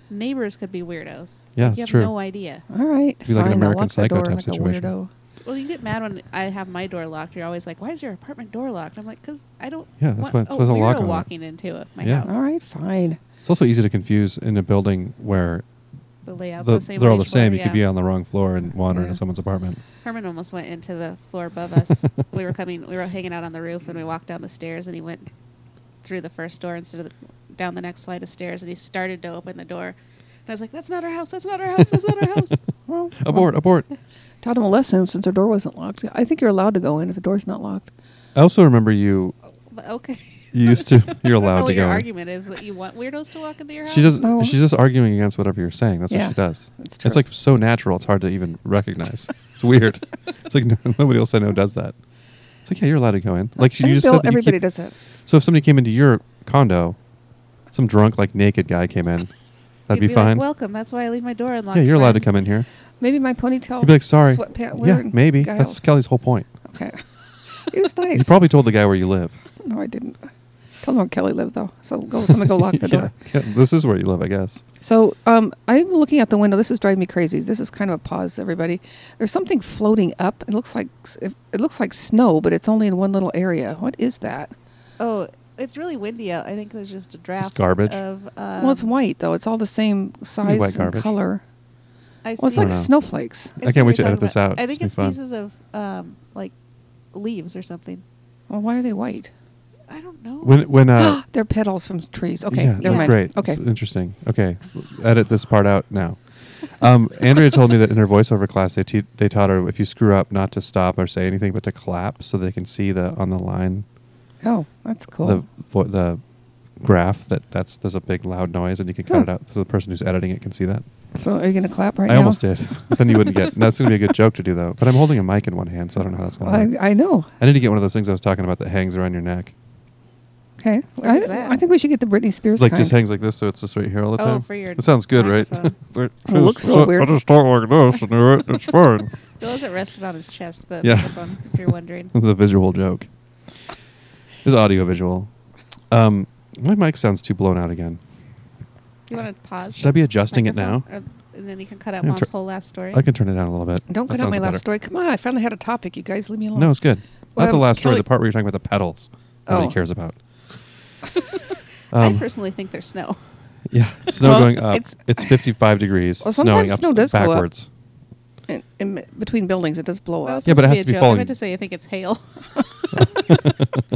C: neighbors could be weirdos.
A: Yeah, it's
C: like, you have
A: true.
C: no idea.
B: All right.
A: Be like an
B: fine, I'll
A: American
B: lock the
A: Psycho
B: door
A: type
B: like a
A: situation.
B: weirdo.
C: Well, you get mad when I have my door locked. You're always like, why is your apartment door locked? I'm like, because I don't.
A: Yeah, that's
C: want
A: why it's
C: a
A: supposed to lock
C: weirdo
A: on it.
C: walking into it, my
A: Yeah.
C: house.
B: All right, fine.
A: it's also easy to confuse in a building where
C: The layout's
A: the-
C: the same.
A: they're all
C: on
A: the
C: each floor,
A: same. You could
C: yeah.
A: be on the wrong floor and wander
B: Yeah.
A: into someone's apartment.
C: Herman almost went into the floor above us. we were coming, we were hanging out on the roof, and we walked down the stairs, and he went through the first door instead of the, down the next flight of stairs, and he started to open the door. And I was like, "That's not our house. That's not our house. That's not our house."
B: Well,
A: Abort! Abort!
B: Taught him a lesson since her door wasn't locked. I think you're allowed to go in if the door's not locked.
A: I also remember you.
C: But okay.
A: You used to. You're
C: I don't know
A: allowed
C: what
A: to
C: your
A: go. in.
C: argument is that you want weirdos to walk into your house.
A: She does.
B: No.
A: not She's just arguing against whatever you're saying. That's
B: Yeah,
A: what she does.
B: that's true.
A: It's like so natural. It's hard to even recognize. it's weird. It's like nobody else I know does that. It's like yeah, you're allowed to go in. Like she
B: I
A: you just
B: feel
A: said that you
B: everybody
A: keep-
B: does it.
A: So if somebody came into your condo, some drunk like naked guy came in, that'd
C: You'd
A: be, fine.
C: Like, Welcome. That's why I leave my door unlocked.
A: yeah, you're allowed to
C: friend."
A: come in here.
B: Maybe my ponytail.
A: You'd be like, sorry.
B: Sweatpant
A: yeah,
B: wearing
A: maybe.
B: guy
A: That's
B: else.
A: Kelly's whole point.
B: okay. He was nice.
A: You probably told the guy where you live.
B: No, I didn't. Tell him where Kelly lived though. So go. Someone go lock the
A: yeah.
B: door.
A: Yeah, this is where you live, I guess.
B: So um, I'm looking out the window. This is driving me crazy. This is kind of a pause, everybody. There's something floating up. It looks like s- it it looks like snow, but it's only in one little area. What is that?
C: Oh, it's really windy out. I think there's just a draft.
A: garbage?
C: Of um,
B: well, it's white though. It's all the same size
A: white
B: and
A: garbage.
B: color.
C: I
B: Well, it's
C: see.
A: I
B: like
A: don't know.
B: snowflakes.
A: I can't
C: what
A: wait to
C: you're
A: edit
C: talking
A: this
C: about.
A: out.
C: I think
A: It's
C: it's
A: gonna be fun.
C: pieces of um, like leaves or something.
B: Well, why are they white?
C: I don't
B: Oh.
C: know.
A: When when uh
B: they're petals from trees. Okay,
A: yeah,
B: never
A: that's
B: mind.
A: great.
B: Okay,
A: It's interesting. Okay, edit this part out now. Um, Andrea told me that in her voiceover class, they te- they taught her if you screw up, not to stop or say anything, but to clap so they can see the on the line
B: oh, that's cool.
A: the vo- the graph that that's there's a big loud noise and you can cut
B: Huh.
A: it out so the person who's editing it can see that.
B: so, are you going to clap right
A: I
B: now?
A: almost did, but then you wouldn't get. That's gonna be a good joke to do though. But I'm holding a mic in one hand, so I don't know how that's gonna. work.
B: I, I know.
A: I need to get one of those things I was talking about that hangs around your neck.
B: Okay,
C: What
B: I,
C: is that?
B: I think we should get the Britney Spears.
A: It's like
B: kind.
A: just hangs like this, so it's just right here all the
C: Oh,
A: time.
C: for your
A: it sounds good, right?
C: microphone.
A: Right.
B: It looks
A: Just-
B: real
A: so-
B: weird.
A: I just talk like this, and do it. It's fine.
C: Bill has it rested on his chest. The
A: Yeah.
C: microphone, if you're wondering.
A: It's a visual joke. It's audio visual. Um, my mic sounds too blown out again.
C: You want to pause?
A: Should I be adjusting it now?
C: microphone? Or- and then you can cut out
A: Yeah,
C: mom's
A: tur-
C: whole last story.
A: I can turn it down a little bit.
B: Don't
A: That
B: cut out
A: sounds
B: my last
A: better.
B: story. Come on, I finally had a topic. You guys, leave me alone.
A: No, it's good.
B: Well,
A: Not the
B: um,
A: last story.
B: Kelly-
A: The part where you're talking about the pedals. Nobody
B: Oh.
A: cares about.
C: I
A: Um,
C: personally think there's snow.
A: yeah, snow
B: Well,
A: going up. It's,
B: it's-
A: 55 degrees.
B: Well,
A: snowing
B: sometimes
A: up
B: snow does go up.
A: backwards.
B: in, in m- between buildings, it does blow
C: That was
B: up.
A: Yeah, but it
C: supposed
A: has to be
C: a joke.
A: falling.
C: I meant to say I think it's hail.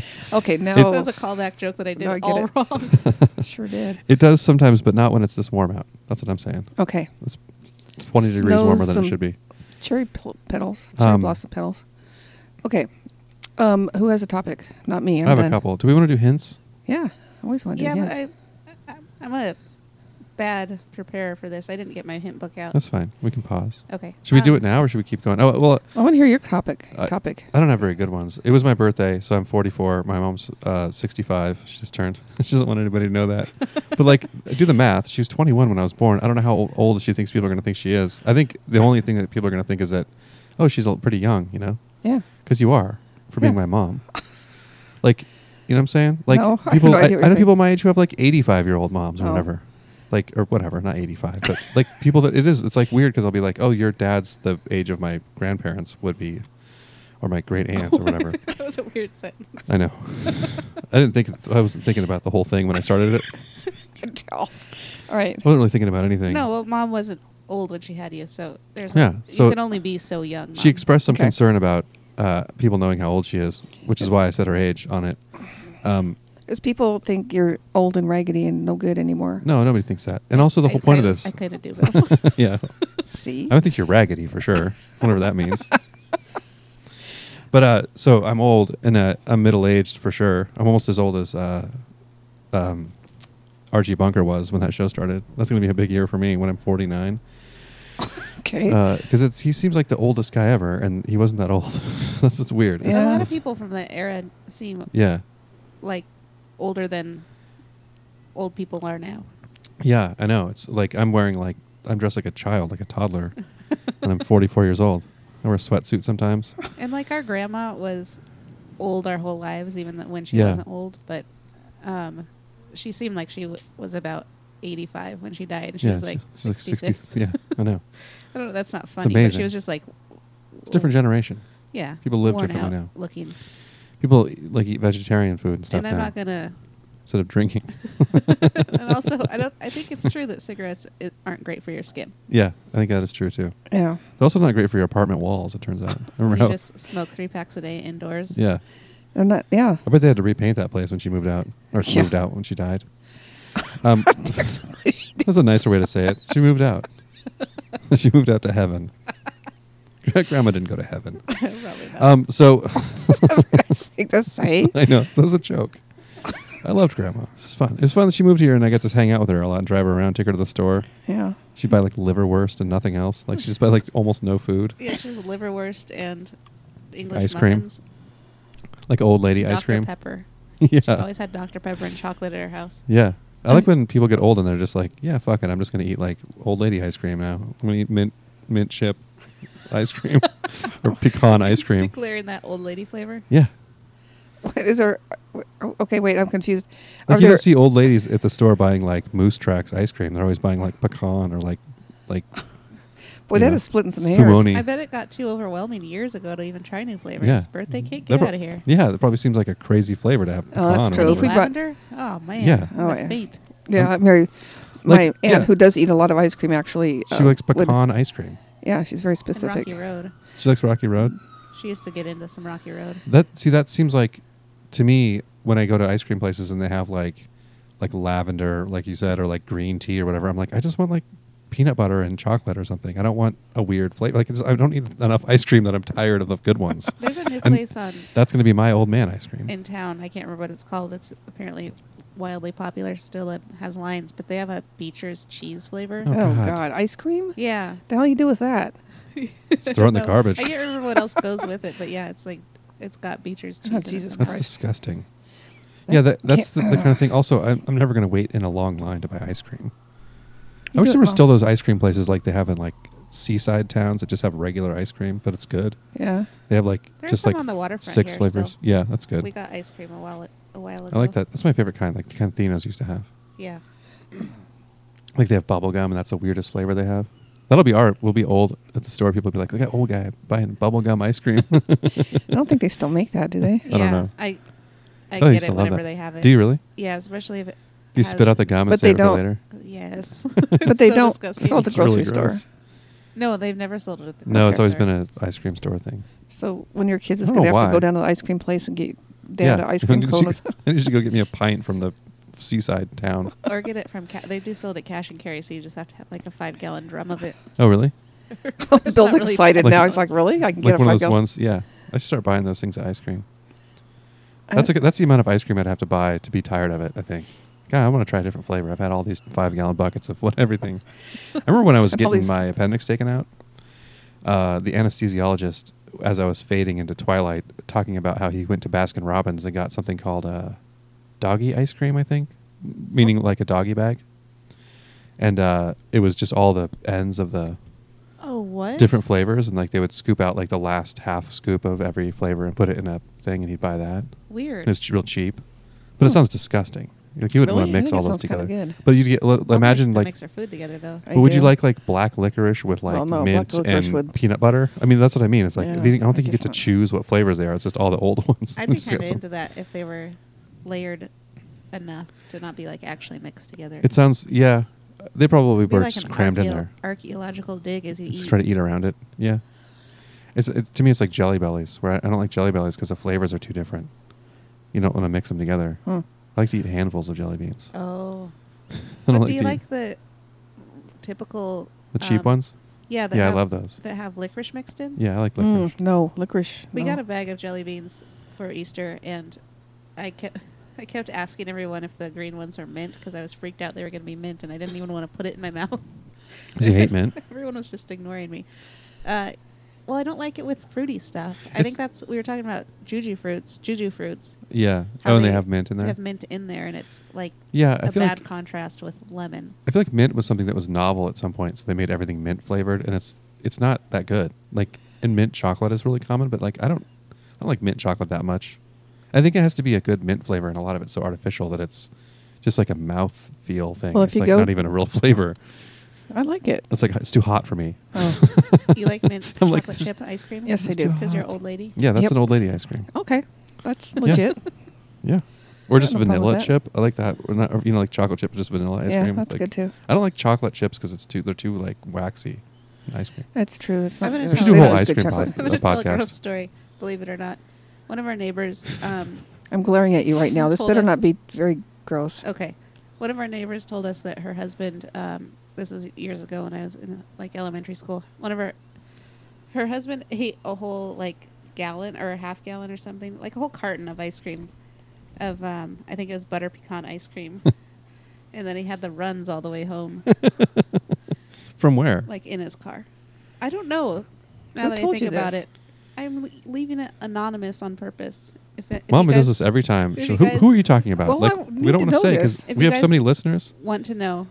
B: Okay,
C: that
B: now
C: was a callback joke that I did
B: No, I get
C: all
B: it.
C: wrong.
B: sure did. Oh,
A: It does sometimes, but not when it's this warm out. That's what I'm saying.
B: Okay,
A: It's 20 degrees
B: Snow's
A: warmer than
B: some-
A: it should be.
B: cherry pl- petals, cherry
A: Um,
B: blossom petals. Okay, um, who has a topic? Not me.
A: i
B: I'm
A: have a
B: done.
A: couple. Do we want to do hints?
B: Yeah, I always wanted
C: yeah,
B: to.
C: but
B: yes.
C: I, I, I'm a bad preparer for this. I didn't get my hint book out.
A: That's fine. We can pause.
C: okay.
A: Should we do
C: Um,
A: it now or should we keep going? Oh, well,
B: I want to hear your topic.
A: I-
B: topic.
A: I don't have very good ones. It was my birthday, so I'm 44. My mom's uh, 65. She just turned. she doesn't want anybody to know that. but like, do the math. She was 21 when I was born. I don't know how ol- old she thinks people are going to think she is. I think the only thing that people are going to think is that, oh, she's old- pretty young, you know,
B: yeah.
A: because you are for being
B: Yeah.
A: my mom. like, you know what I'm saying? Like
B: No, I have
A: people,
B: no
A: I,
B: idea what
A: I
B: you're
A: know
B: saying.
A: people my age who have like 85 year old moms or
B: Oh.
A: whatever. Like or whatever, not 85, but like people that it is. It's like weird because I'll be like, oh, your dad's the age of my grandparents would be, or my great aunt or whatever.
C: that was a weird sentence.
A: I know. I didn't think I wasn't thinking about the whole thing when I started it.
B: I can tell. All right.
A: I wasn't really thinking about anything.
C: No, well, mom wasn't old when she had you, so there's
A: Yeah, so-
C: you can only be so young.
A: she
C: Mom.
A: expressed some
B: Okay.
A: concern about uh, people knowing how old she is, which is why I said her age on it. Um,
B: Because people think you're old and raggedy and no good anymore.
A: no, nobody thinks that. And also, the
C: I
A: whole point of
C: kinda-
A: this.
C: I kind of do. Bill.
A: yeah,
B: See?
A: I don't think you're raggedy for sure, whatever that means. But uh, so I'm old and uh, I'm middle aged for sure. I'm almost as old as uh, um, Archie Bunker was when that show started. That's going to be a big year for me when I'm 49.
B: Okay.
A: Because it's he seems like the oldest guy ever, and he wasn't that old. That's what's weird. It's-
B: Yeah.
C: A lot
A: it's-
C: of people from that era seem
A: Yeah,
C: like older than old people are now.
A: yeah, I know. It's like I'm wearing like I'm dressed like a child, like a toddler, and I'm 44 years old. I wear a sweatsuit sometimes.
C: And like our grandma was old our whole lives, even th- when she
A: Yeah.
C: wasn't old. But um, she seemed like she w- was about 85 when she died. And she
A: yeah,
C: was like
A: she's
C: 66.
A: 60 Yeah, I know.
C: I don't know. That's not funny. But
A: amazing.
C: she was just like.
A: It's a different generation.
C: Yeah.
A: People live
C: worn
A: differently
C: out
A: now.
C: Looking.
A: People like eat vegetarian food and stuff
C: and I'm
A: now
C: not going to.
A: instead of drinking.
C: and also, I don't. I think it's true that cigarettes i- aren't great for your skin.
A: yeah, I think that is true too.
B: yeah.
A: It's also not great for your apartment walls. It turns out. I remember
C: You
A: how-
C: just smoke three packs a day indoors.
A: yeah,
B: They're not. Yeah.
A: I bet they had to repaint that place when she moved out, or she
B: Yeah.
A: moved out when she died. Um, that's a nicer way to say it. She moved out. she moved out to heaven. Grandma didn't go to heaven.
C: Probably not.
A: Um, so
B: I think that's safe.
A: I know that was a joke. I loved Grandma. It was fun. It was fun that she moved here, and I got to hang out with her a lot and drive her around, take her to the store.
B: Yeah.
A: She'd buy like liverwurst and nothing else. Like she just buy like almost no food,
C: yeah, she's liverwurst and English
A: Ice cream.
C: muffins.
A: like old lady ice
C: Dr.
A: cream.
C: Pepper. She
A: yeah,
C: always had Dr. Pepper and chocolate at her house.
A: yeah. I like when people get old and they're just like, yeah, fuck it. I'm just gonna eat like old lady ice cream now. I'm gonna eat mint mint chip ice cream or pecan ice cream.
C: Declaring that old lady flavor.
A: Yeah,
B: Wait, Is there? oh, Okay. Wait. I'm confused.
A: like
B: Are
A: you
B: there-
A: don't see old ladies at the store buying like Moose Tracks ice cream. They're always buying like pecan or like like
B: boy,
A: you
B: that
A: know,
B: is splitting some hairs.
A: Spumoni.
C: I bet it got too overwhelming years ago to even try new flavors.
A: Yeah.
C: Birthday cake,
A: That
C: get
A: pro-
C: out of here.
A: Yeah, that probably seems like a crazy flavor to have.
B: Oh, that's
A: pecan or
B: true. If
A: whatever.
B: we brought-
C: Lavender? Oh man.
A: Yeah.
B: Oh,
C: Oh,
B: yeah.
C: fate.
B: Yeah, Mary, my
A: Like,
B: aunt
A: yeah.
B: who does eat a lot of ice cream actually.
A: she
B: uh,
A: likes
B: would-
A: pecan ice cream.
B: Yeah, she's very
C: And
B: specific.
C: Rocky Road.
A: She likes Rocky Road.
C: She used to get into some Rocky Road.
A: That see, that seems like to me when I go to ice cream places and they have like like lavender, like you said, or like green tea or whatever. I'm like, I just want like peanut butter and chocolate or something. I don't want a weird flavor. Like it's, I don't need enough ice cream that I'm tired of the good ones.
C: There's a new
A: And-
C: place on
A: That's gonna be my old man ice cream.
C: in town. I can't remember what it's called. It's apparently wildly popular still and has lines, but they have a Beecher's cheese flavor.
A: Oh,
B: Oh,
A: God.
B: God. ice cream?
C: Yeah.
B: The hell you do with that?
A: Just throw it in the
C: No,
A: garbage.
C: I can't remember what else goes with it, but yeah, it's like it's got Beecher's
B: Oh,
C: cheese. in it
B: Jesus
A: That's
C: somewhere.
B: Christ.
A: disgusting.
B: That
A: yeah, that, that's the,
B: can't-
A: the kind of thing. Also, I'm, I'm never going to wait in a long line to buy ice cream.
B: You
A: I wish
B: do
A: there
B: it
A: were
B: wrong.
A: still those ice cream places like they have in like seaside towns that just have regular ice cream, but it's good.
B: Yeah.
A: They have like
C: There's
A: just
C: some
A: like
C: on the waterfront
A: six
C: here
A: flavors.
C: still.
A: Yeah, that's good.
C: We got ice cream a while a while ago.
A: I like that. That's my favorite kind, like the kind Thenos used to have.
C: Yeah.
A: Like they have bubble gum, and that's the weirdest flavor they have. That'll be our. We'll be old at the store. People will be like, "Look at old guy buying bubble gum ice cream."
B: I don't think they still make that, do they?
A: I don't
C: yeah,
A: know.
C: I I
A: Oh, you
C: get
A: still
C: it
A: love
C: whenever
A: that.
C: they have it.
A: Do you really?
C: Yeah, especially if it
A: Do you spit
C: has-
A: out the gum and
B: But they
A: save it for
B: don't.
A: later?
C: Yes.
B: But they
C: It's so
B: don't
C: disgusting.
B: sell at the
A: It's really
B: grocery store.
A: gross.
C: No, they've never sold it at the
A: No, it's always
C: grocery
A: been an ice cream store thing.
B: So when your kids
A: I
B: is
A: don't
B: going to
A: know
B: have to
A: why.
B: go down to the ice cream place and get dad an ice cream
A: You
B: cola.
A: should- I need to go get me a pint from the seaside town.
C: store. or get it from ca- they do sell it at cash and carry, so you just have to have like a five gallon drum of it.
A: Oh, really?
C: It's
B: Bill's
C: not really
B: excited
A: Like-
B: now. He's like, really? I can
A: Like one
B: get a
A: of
B: five
A: those
B: gallon.
A: ones? Yeah. I should start buying those things at ice cream.
B: I
A: That's a,
B: don't-
A: that's the amount of ice cream I'd have to buy to be tired of it. I think. God, I want to try a different flavor. I've had all these five gallon buckets of what everything. I remember when I was
B: And all
A: getting
B: these-
A: my appendix taken out. Uh, the anesthesiologist, as I was fading into twilight, talking about how he went to Baskin Robbins and got something called uh, doggy ice cream. I think, meaning like a doggy bag. And uh, it was just all the ends of the
C: Oh what?
A: different flavors, and like they would scoop out like the last half scoop of every flavor and put it in a thing, and he'd buy that.
C: Weird.
A: And it's ch- real cheap, but it
B: Hmm.
A: sounds disgusting. Like you wouldn't want
B: Really?
A: to
B: I
A: mix
B: think it
A: all those
B: sounds kinda
A: together.
B: good.
A: But you get l-
C: Mom likes
A: imagine
C: to
A: like.
C: mix her food together though.
B: I
A: But would you
B: do.
A: like like black licorice with like
B: Well, no, black
A: mint
B: licorice
A: and
B: would-
A: peanut butter? I mean, that's what I mean. It's like
B: Yeah,
A: they- I don't think you
B: I
A: get
B: guess
A: to
B: not.
A: choose what flavors they are. It's just all the old ones.
C: I'd be
A: It's got
C: kinda
A: some-
C: into that if they were layered enough to not be like actually mixed together.
A: It sounds yeah. They probably
C: It'd be
A: were
C: like
A: just
C: an
A: crammed in
C: archaeo-
A: there.
C: Archaeological dig as you
A: Just
C: eat.
A: try to eat around it. Yeah. It's, it's to me it's like jelly bellies. Where I, I don't like jelly bellies because the flavors are too different. You don't want to mix them together.
B: Huh.
A: I like to eat handfuls of jelly beans.
C: Hmm. Oh.
A: I don't
C: But do you
A: to eat
C: like the typical
A: the cheap
C: um,
A: ones?
C: Yeah, that
A: Yeah, I
C: have-
A: love those.
C: That have licorice mixed in.
A: Yeah, I like
C: Hmm,
A: licorice.
B: Mm, no, licorice.
C: We
B: no.
C: got a bag of jelly beans for Easter, and I kept I kept asking everyone if the green ones were mint because I was freaked out they were going to be mint and I didn't even want to put it in my mouth.
A: 'Cause you hate mint?
C: everyone was just ignoring me. Uh, well, I don't like it with fruity stuff. I
A: It's-
C: think that's we were talking about juju fruits, juju fruits.
A: Yeah.
C: how
A: oh, and they, have mint in
C: they
A: there.
C: have mint in there, and it's like
A: yeah, I
C: a
A: feel
C: bad
A: like
C: contrast with lemon.
A: I feel like mint was something that was novel at some point, so they made everything mint flavored, and it's it's not that good. Like, and mint chocolate is really common, but like I don't I don't like mint chocolate that much. I think it has to be a good mint flavor, and a lot of it's so artificial that it's just like a mouth feel thing.
B: Well, if
A: it's
B: you
A: like
B: go-
A: not even a real flavor.
B: I like it.
A: It's like it's too hot for me.
B: Oh.
C: You like mint
A: I'm
C: chocolate
A: like, this is-
C: chip ice cream?
B: Yes, I do.
C: Because you're an old lady. Oh,
A: Yeah, that's
B: Yep.
A: an old lady ice cream.
B: Okay, that's
A: Yeah.
B: legit.
A: Yeah. Or
B: I
A: just
B: have no problem with
A: vanilla
B: that.
A: chip. I like that. Or not, or, you know, like chocolate chip, just vanilla ice
B: yeah,
A: cream.
B: that's
A: Like,
B: good too.
A: I don't like chocolate chips because it's too they're too like waxy. in Ice cream.
B: That's true. It's
C: I'm
B: not.
C: gonna
B: good.
C: tell
B: They
C: you-
B: don't
C: Ice
B: use good
A: cream
B: chocolate.
A: policy.
C: I'm
A: The
C: going to tell a
A: podcast.
C: gross story, believe it or not. One of our neighbors, um,
B: I'm glaring at you right now. This
C: Told
B: better
C: us-
B: not be very gross.
C: okay, one of our neighbors told us that her husband, um, this was years ago when I was in like elementary school, one of her, her husband ate a whole like gallon or a half gallon or something, like a whole carton of ice cream, of um, I think it was butter pecan ice cream, and then he had the runs all the way home,
A: From where?
C: like in his car. I don't know. Now
B: Who
C: that I
B: told
C: think
B: you
C: about
B: this?
C: it, I'm le- leaving it anonymous on purpose. If, it, if you
A: Mama does
C: guys-
A: this every time.
C: if
A: She-
C: you
A: who,
C: guys-
A: who are you talking about?
B: Well, I
A: like
B: w-
A: we
B: need
A: don't
B: to
A: want to
B: know
A: say
B: this.
A: because
C: If
A: we
C: you
A: have so
C: guys-
A: many listeners.
C: want to know,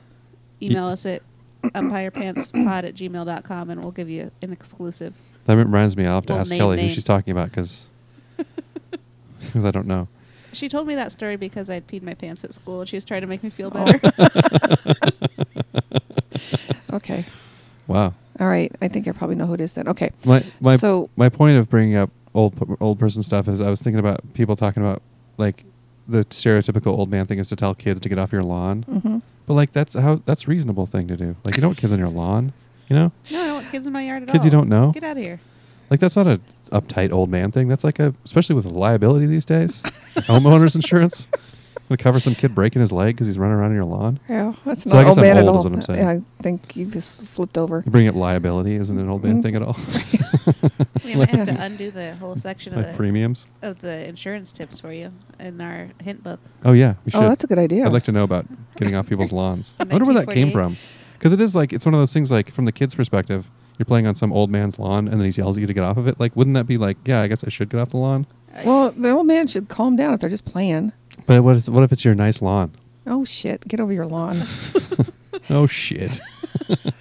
C: email us at umpirepantspod at gmail.com and we'll give you an exclusive.
A: That reminds me, I'll have to
C: We'll
A: ask
C: name
A: Kelly who
C: names.
A: she's talking about because I don't know.
C: She told me that story because I'd peed my pants at school and she was trying to make me
A: Oh.
C: feel better.
B: Okay.
A: Wow.
B: All right. I think I probably know who it is then. Okay.
A: My my
B: so
A: my point of bringing up old p- old person stuff is I was thinking about people talking about like the stereotypical old man thing is to tell kids to get off your lawn,
B: mhm.
A: but like that's how that's a reasonable thing to do. Like you don't want kids on your lawn, you know?
C: no, I don't want kids in my yard at all.
A: Kids you don't know?
C: Get out of here.
A: Like that's not a uptight old man thing. That's like a especially with liability these days, homeowners insurance gonna cover some kid breaking his leg because he's running around on your lawn.
B: yeah, that's
A: So
B: not
A: I guess
B: old
A: I'm
B: man at
A: old
B: all.
A: is what I'm saying.
B: Yeah, I think you just flipped over.
A: You bring up liability isn't an old man thing at all.
C: We might have
B: Yeah.
C: to undo the whole section of
A: like
C: the,
A: premiums.
C: of the insurance tips for you in our hint book.
A: Oh yeah, we should.
B: Oh, that's a good idea.
A: I'd like to know about getting off people's lawns. I wonder where that came
C: 1948.
A: from. Because it is like it's one of those things like from the kid's perspective, you're playing on some old man's lawn and then he yells at you to get off of it. Like, wouldn't that be like, yeah, I guess I should get off the lawn?
B: Well, the old man should calm down if they're just playing.
A: But what, is, what if it's your nice lawn?
B: Oh shit! Get over your lawn.
A: Oh shit!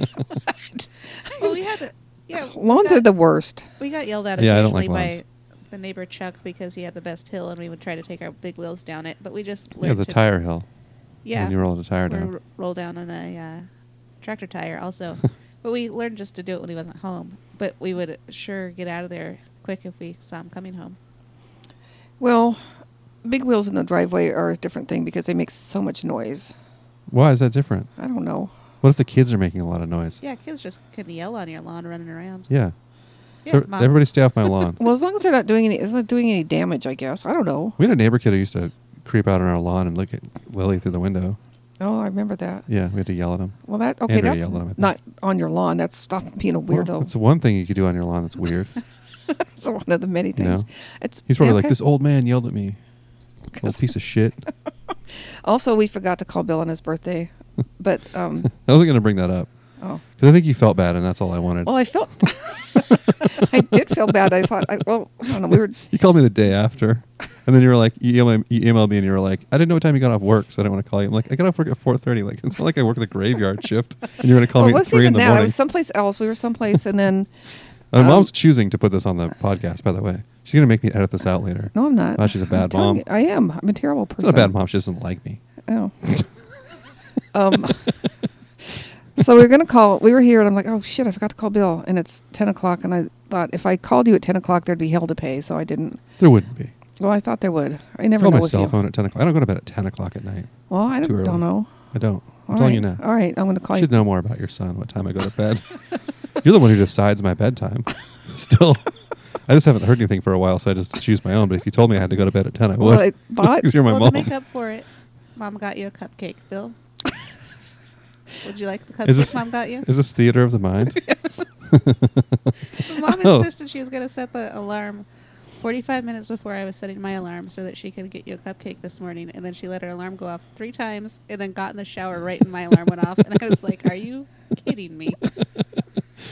C: well, we had, yeah, we
B: Lawns
C: got-
B: are the worst.
C: We got yelled at
A: Yeah, I don't
C: occasionally
A: like
C: by
A: lawns.
C: the neighbor Chuck because he had the best hill and we would try to take our big wheels down it, but we just
A: yeah,
C: learned
A: the
C: to-
A: tire hill.
C: Yeah.
A: when you roll the tire
C: Or
A: down.
C: r- roll down on a uh, tractor tire also. but we learned just to do it when he wasn't home. But we would sure get out of there quick if we saw him coming home.
B: Well, big wheels in the driveway are a different thing because they make so much noise.
A: Why is that different?
B: I don't know.
A: What if the kids are making a lot of noise?
C: Yeah, kids just couldn't yell on your lawn running around.
A: Yeah.
C: Yeah,
A: so
C: Mom.
A: everybody stay off my lawn.
B: Well, as long as they're not doing any, it's not doing any damage. I guess I don't know.
A: we had a neighbor kid who used to creep out on our lawn and look at Lily through the window.
B: Oh, I remember that.
A: Yeah, we had to yell at him.
B: Well, that okay.
A: Andrea
B: that's
A: yelled at him, I think.
B: not on your lawn. That's stop being a
A: Well,
B: weirdo.
A: that's the one thing you could do on your lawn that's weird.
B: It's one of the many
A: You know?
B: things. It's
A: He's probably like,
B: okay.
A: this old man yelled at me. Little
B: 'Cause-
A: piece of shit.
B: Also, we forgot to call Bill on his birthday, but um,
A: I wasn't going to bring that up
B: oh
A: because I think you felt bad, and that's all I wanted.
B: well, I felt I did feel bad. I thought, I, well, I don't know. We were
A: you called me the day after, and then you were like, you emailed, you emailed me, and you were like, I didn't know what time you got off work, so I didn't want to call you. I'm like, I got off work at 4:30. Like, it's not like I work the graveyard shift, and you're going to call
B: well, it
A: me at
B: wasn't
A: three
B: even
A: in the
B: that. I
A: morning.
B: was someplace else. We were someplace, and then
A: My
B: um,
A: mom's choosing to put this on the podcast, by the way. She's going to make me edit this out later.
B: no, I'm not.
A: Wow, she's a
B: I'm
A: bad
B: telling
A: mom.
B: you, I am. I'm a terrible
A: She's
B: person.
A: not a bad mom. She doesn't like me.
B: Oh. um, so we were going to call. We were here, and I'm like, oh, shit, I forgot to call Bill. And it's 10 o'clock, and I thought if I called you at 10 o'clock, there'd be hell to pay, so I didn't.
A: There wouldn't be.
B: Well, I thought there would. I never
A: call
B: know
A: my
B: with
A: cell
B: you.
A: phone at 10 o'clock. I don't go to bed at 10 o'clock at night.
B: Well, I
A: It's too
B: don't,
A: early.
B: don't know.
A: I don't. I'm
B: All
A: telling
B: right.
A: you now.
B: All right, I'm going to call
A: should
B: you.
A: know more about your son. What time I go to bed? You're the one who decides my bedtime. Still, I just haven't heard anything for a while, so I just choose my own. But if you told me I had to go to bed at ten, I
B: Well, I
A: would.
B: thought-
A: 'Cause you're my
C: well,
A: mom.
C: to make up for it, Mom got you a cupcake, Bill. Would you like the cupcake
A: Is this-
C: Mom got you?
A: Is this theater of the mind?
C: Mom
A: Oh.
C: insisted she was going to set the alarm 45 minutes before I was setting my alarm so that she could get you a cupcake this morning. And then she let her alarm go off three times and then got in the shower right when my alarm went off. And I was like, Are you kidding me?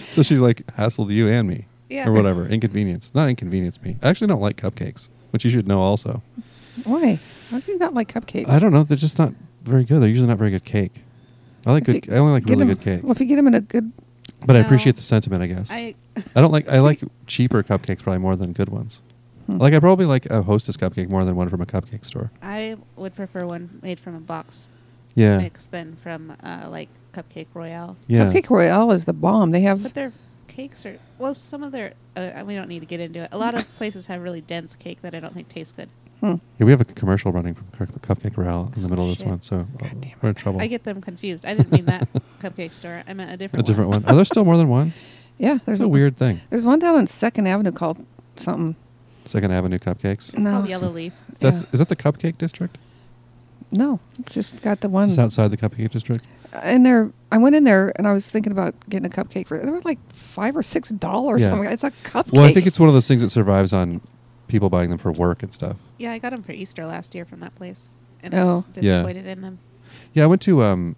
A: So she like hassled you and me.
C: Yeah.
A: Or whatever. Inconvenience. Not inconvenience me. I actually don't like cupcakes, which you should know also.
B: Why? How do you not like cupcakes?
A: I don't know. They're just not very good. They're usually not very good cake. I like
B: If
A: good.
B: you
A: I only like
B: Get
A: really
B: 'em-
A: good cake.
B: Well, if you get them in a good,
A: but I
C: No.
A: appreciate the sentiment, I guess.
C: I,
A: I don't like. I like cheaper cupcakes probably more than good ones.
B: Hmm.
A: Like I probably like a Hostess cupcake more than one from a cupcake store.
C: I would prefer one made from a box
A: Yeah.
C: mix than from uh, like Cupcake Royale.
A: Yeah.
B: Cupcake Royale is the bomb. They have
C: But their cakes are, well, some of their, uh, we don't need to get into it. A lot of places have really dense cake that I don't think tastes good.
B: hmm.
A: Yeah, we have a commercial running from Cup- Cupcake Royale in the middle of this
C: Shit.
A: one, so uh,
B: damn it.
A: we're in trouble.
C: I get them confused. I didn't mean that cupcake store. I meant a
A: a
C: different
A: different one. Are there still more than one?
B: yeah. There's
A: There's a weird thing.
B: There's one down on Second Avenue called something.
A: Second Avenue cupcakes.
C: It's
B: No.
C: called Yellow Leaf.
A: That's
B: Yeah.
A: is that the cupcake district?
B: No, it's just got the
A: Is
B: one.
A: this outside the cupcake district?
B: And there, I went in there and I was thinking about getting a cupcake for. They were like five or six dollars.
A: Yeah.
B: Something. It's a cupcake.
A: Well, I think it's one of those things that survives on people buying them for work and stuff.
C: Yeah, I got them for Easter last year from that place, and I
B: Oh.
C: was
B: Yeah.
C: disappointed in them.
A: Yeah, I went to um,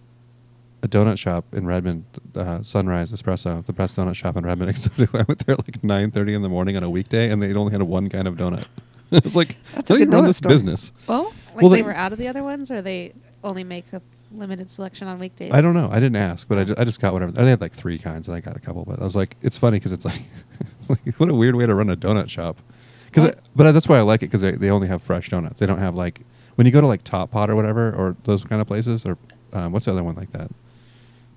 A: a donut shop in Redmond, uh, Sunrise Espresso, the best donut shop in Redmond. Except I went there at like nine thirty in the morning on a weekday, and they only had one kind of donut. it's like
B: That's a
A: how do you
B: good
A: run
B: donut
A: this
B: store.
A: business?
B: Well,
C: Like
A: Well,
C: they,
A: they-
C: were out of the other ones, or they only make a limited selection on weekdays.
A: I don't know. I didn't ask, but I, ju- I just got whatever. They had like three kinds, and I got a couple. But I was like, it's funny because it's like, like, what a weird way to run a donut shop. Because,
B: What?
A: but that's why I like it because they, they only have fresh donuts. They don't have like when you go to like Top Pot or whatever or those kind of places or um, what's the other one like that?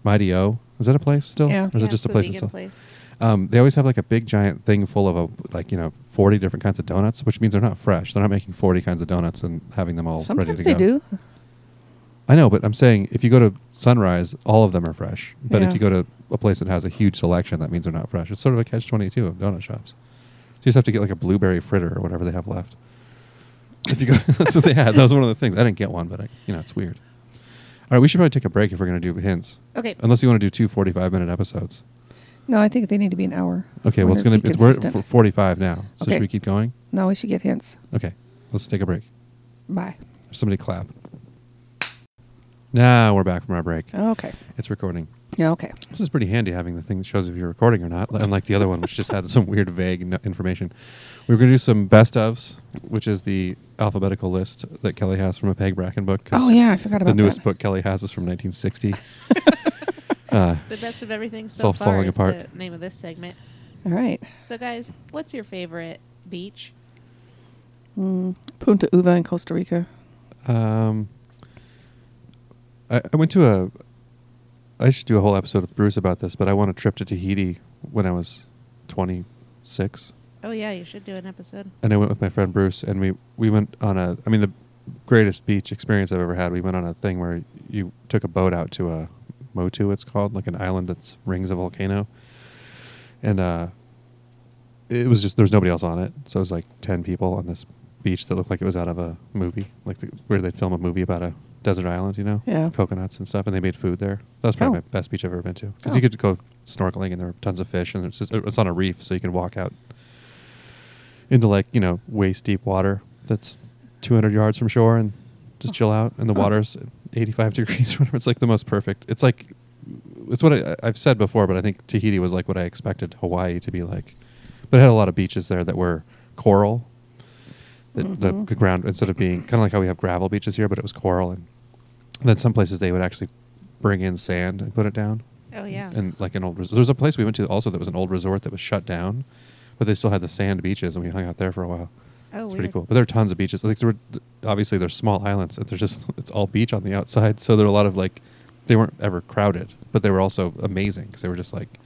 A: Mighty O is that a place still?
B: Yeah.
A: Or is it just
C: it's
A: a place?
C: vegan
A: that's still-
C: place.
A: Um, they always have like a big giant thing full of a, like you know forty different kinds of donuts, which means they're not fresh. They're not making forty kinds of donuts and having them all ready
B: Sometimes
A: to
B: they
A: go.
B: do.
A: I know, but I'm saying if you go to Sunrise, all of them are fresh. But
B: Yeah.
A: if you go to a place that has a huge selection, that means they're not fresh. It's sort of a catch 22 of donut shops. So you just have to get like a blueberry fritter or whatever they have left. If you go, that's what they had. That was one of the things. I didn't get one, but I, you know, it's weird. All right, we should probably take a break if we're going to do hints.
C: Okay,
A: Unless you want to do two 45 minute episodes.
B: No, I think they need to be an hour.
A: Okay, well, it's going
B: Wonder if
A: to be, it's, we're
B: we
A: at f- 45 now. So
B: Okay.
A: should we keep going?
B: No, we should get hints.
A: Okay, let's take a break.
B: Bye.
A: Somebody clap. Now we're back from our break.
B: Oh, Okay.
A: It's recording.
B: Yeah. Okay.
A: This is pretty handy having the thing that shows if you're recording or not, unlike the other one, which just had some weird, vague no- information. We were going to do some best ofs, which is the alphabetical list that Kelly has from a Peg Bracken book. 'cause
B: Oh yeah, I forgot about
A: The newest
B: that.
A: book Kelly has is from 1960. uh,
C: the best of everything
A: all
C: so far
A: falling
C: is
A: apart.
C: the name of this segment.
B: All right.
C: So, guys, what's your favorite beach?
B: Mm, Punta Uva in Costa Rica.
A: um, I, I went to a. I should do a whole episode with Bruce about this, but I won a trip to Tahiti when I was 26.
C: Oh yeah, you should do an episode.
A: and I went with my friend Bruce, and we we went on a. I mean, the greatest beach experience I've ever had. We went on a thing where you took a boat out to a Motu, it's called, like an island that rings a volcano, and uh, it was just there was nobody else on it, so it was like ten people on this beach that looked like it was out of a movie, like the, where they'd film a movie about a desert island, you know,
B: Yeah.
A: coconuts and stuff, and they made food there. That was probably
B: Oh.
A: my best beach I've ever been to because
B: Oh.
A: you could go snorkeling and there were tons of fish, and it's just, it's on a reef, so you can walk out into like you know waist deep water that's 200 yards from shore and just chill out and the
B: Huh.
A: water's 85 degrees or whatever it's like the most perfect it's like it's what I, i've said before but i think tahiti was like what i expected hawaii to be like but it had a lot of beaches there that were coral that
B: Mhm.
A: the ground instead of being kind of like how we have gravel beaches here but it was coral and, and then some places they would actually bring in sand and put it down
C: Oh yeah,
A: and like an old res- there was a place we went to also that was an old resort that was shut down but they still had the sand beaches and we hung out there for a while
C: oh
A: it's pretty
C: weird.
A: cool but there are tons of beaches like there were th- obviously there's small islands and there's just it's all beach on the outside so there are a lot of like they weren't ever crowded but they were also amazing because they were just like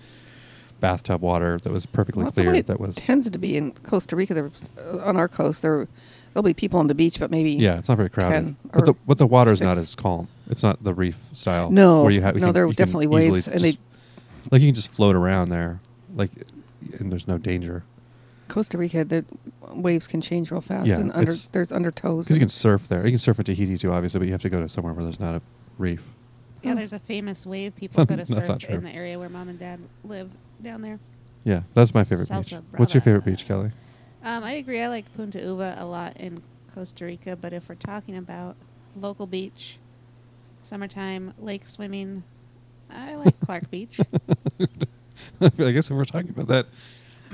A: bathtub water that was perfectly
B: Well, that's the way
A: clear
B: it
A: that was
B: tends to be in Costa Rica. There, uh, on our coast, there there'll be people on the beach, but maybe
A: yeah it's not very crowded
B: 10
A: but the,
B: or
A: but the water's not
B: six.
A: as calm it's not the reef style
B: No,
A: where you have
B: no, there are definitely waves and they-
A: like you can just float around there like and there's no danger
B: Costa Rica, the waves can change real fast,
A: Yeah,
B: and under
A: it's-
B: there's undertows.
A: Because you
B: and-
A: can surf there. You can surf in Tahiti too, obviously, but you have to go to somewhere where there's not a reef.
C: Yeah, there's a famous wave people go to
A: Oh. That's not
C: surf
A: true.
C: in the area where mom and dad live down there.
A: Yeah, that's my favorite
C: Salsa
A: beach. What's your
C: brava.
A: favorite beach, Kelly?
C: Um, I agree. I like Punta Uva a lot in Costa Rica, but if we're talking about local beach, summertime, lake swimming, I like Clark Beach.
A: I feel- I guess if we're talking about that,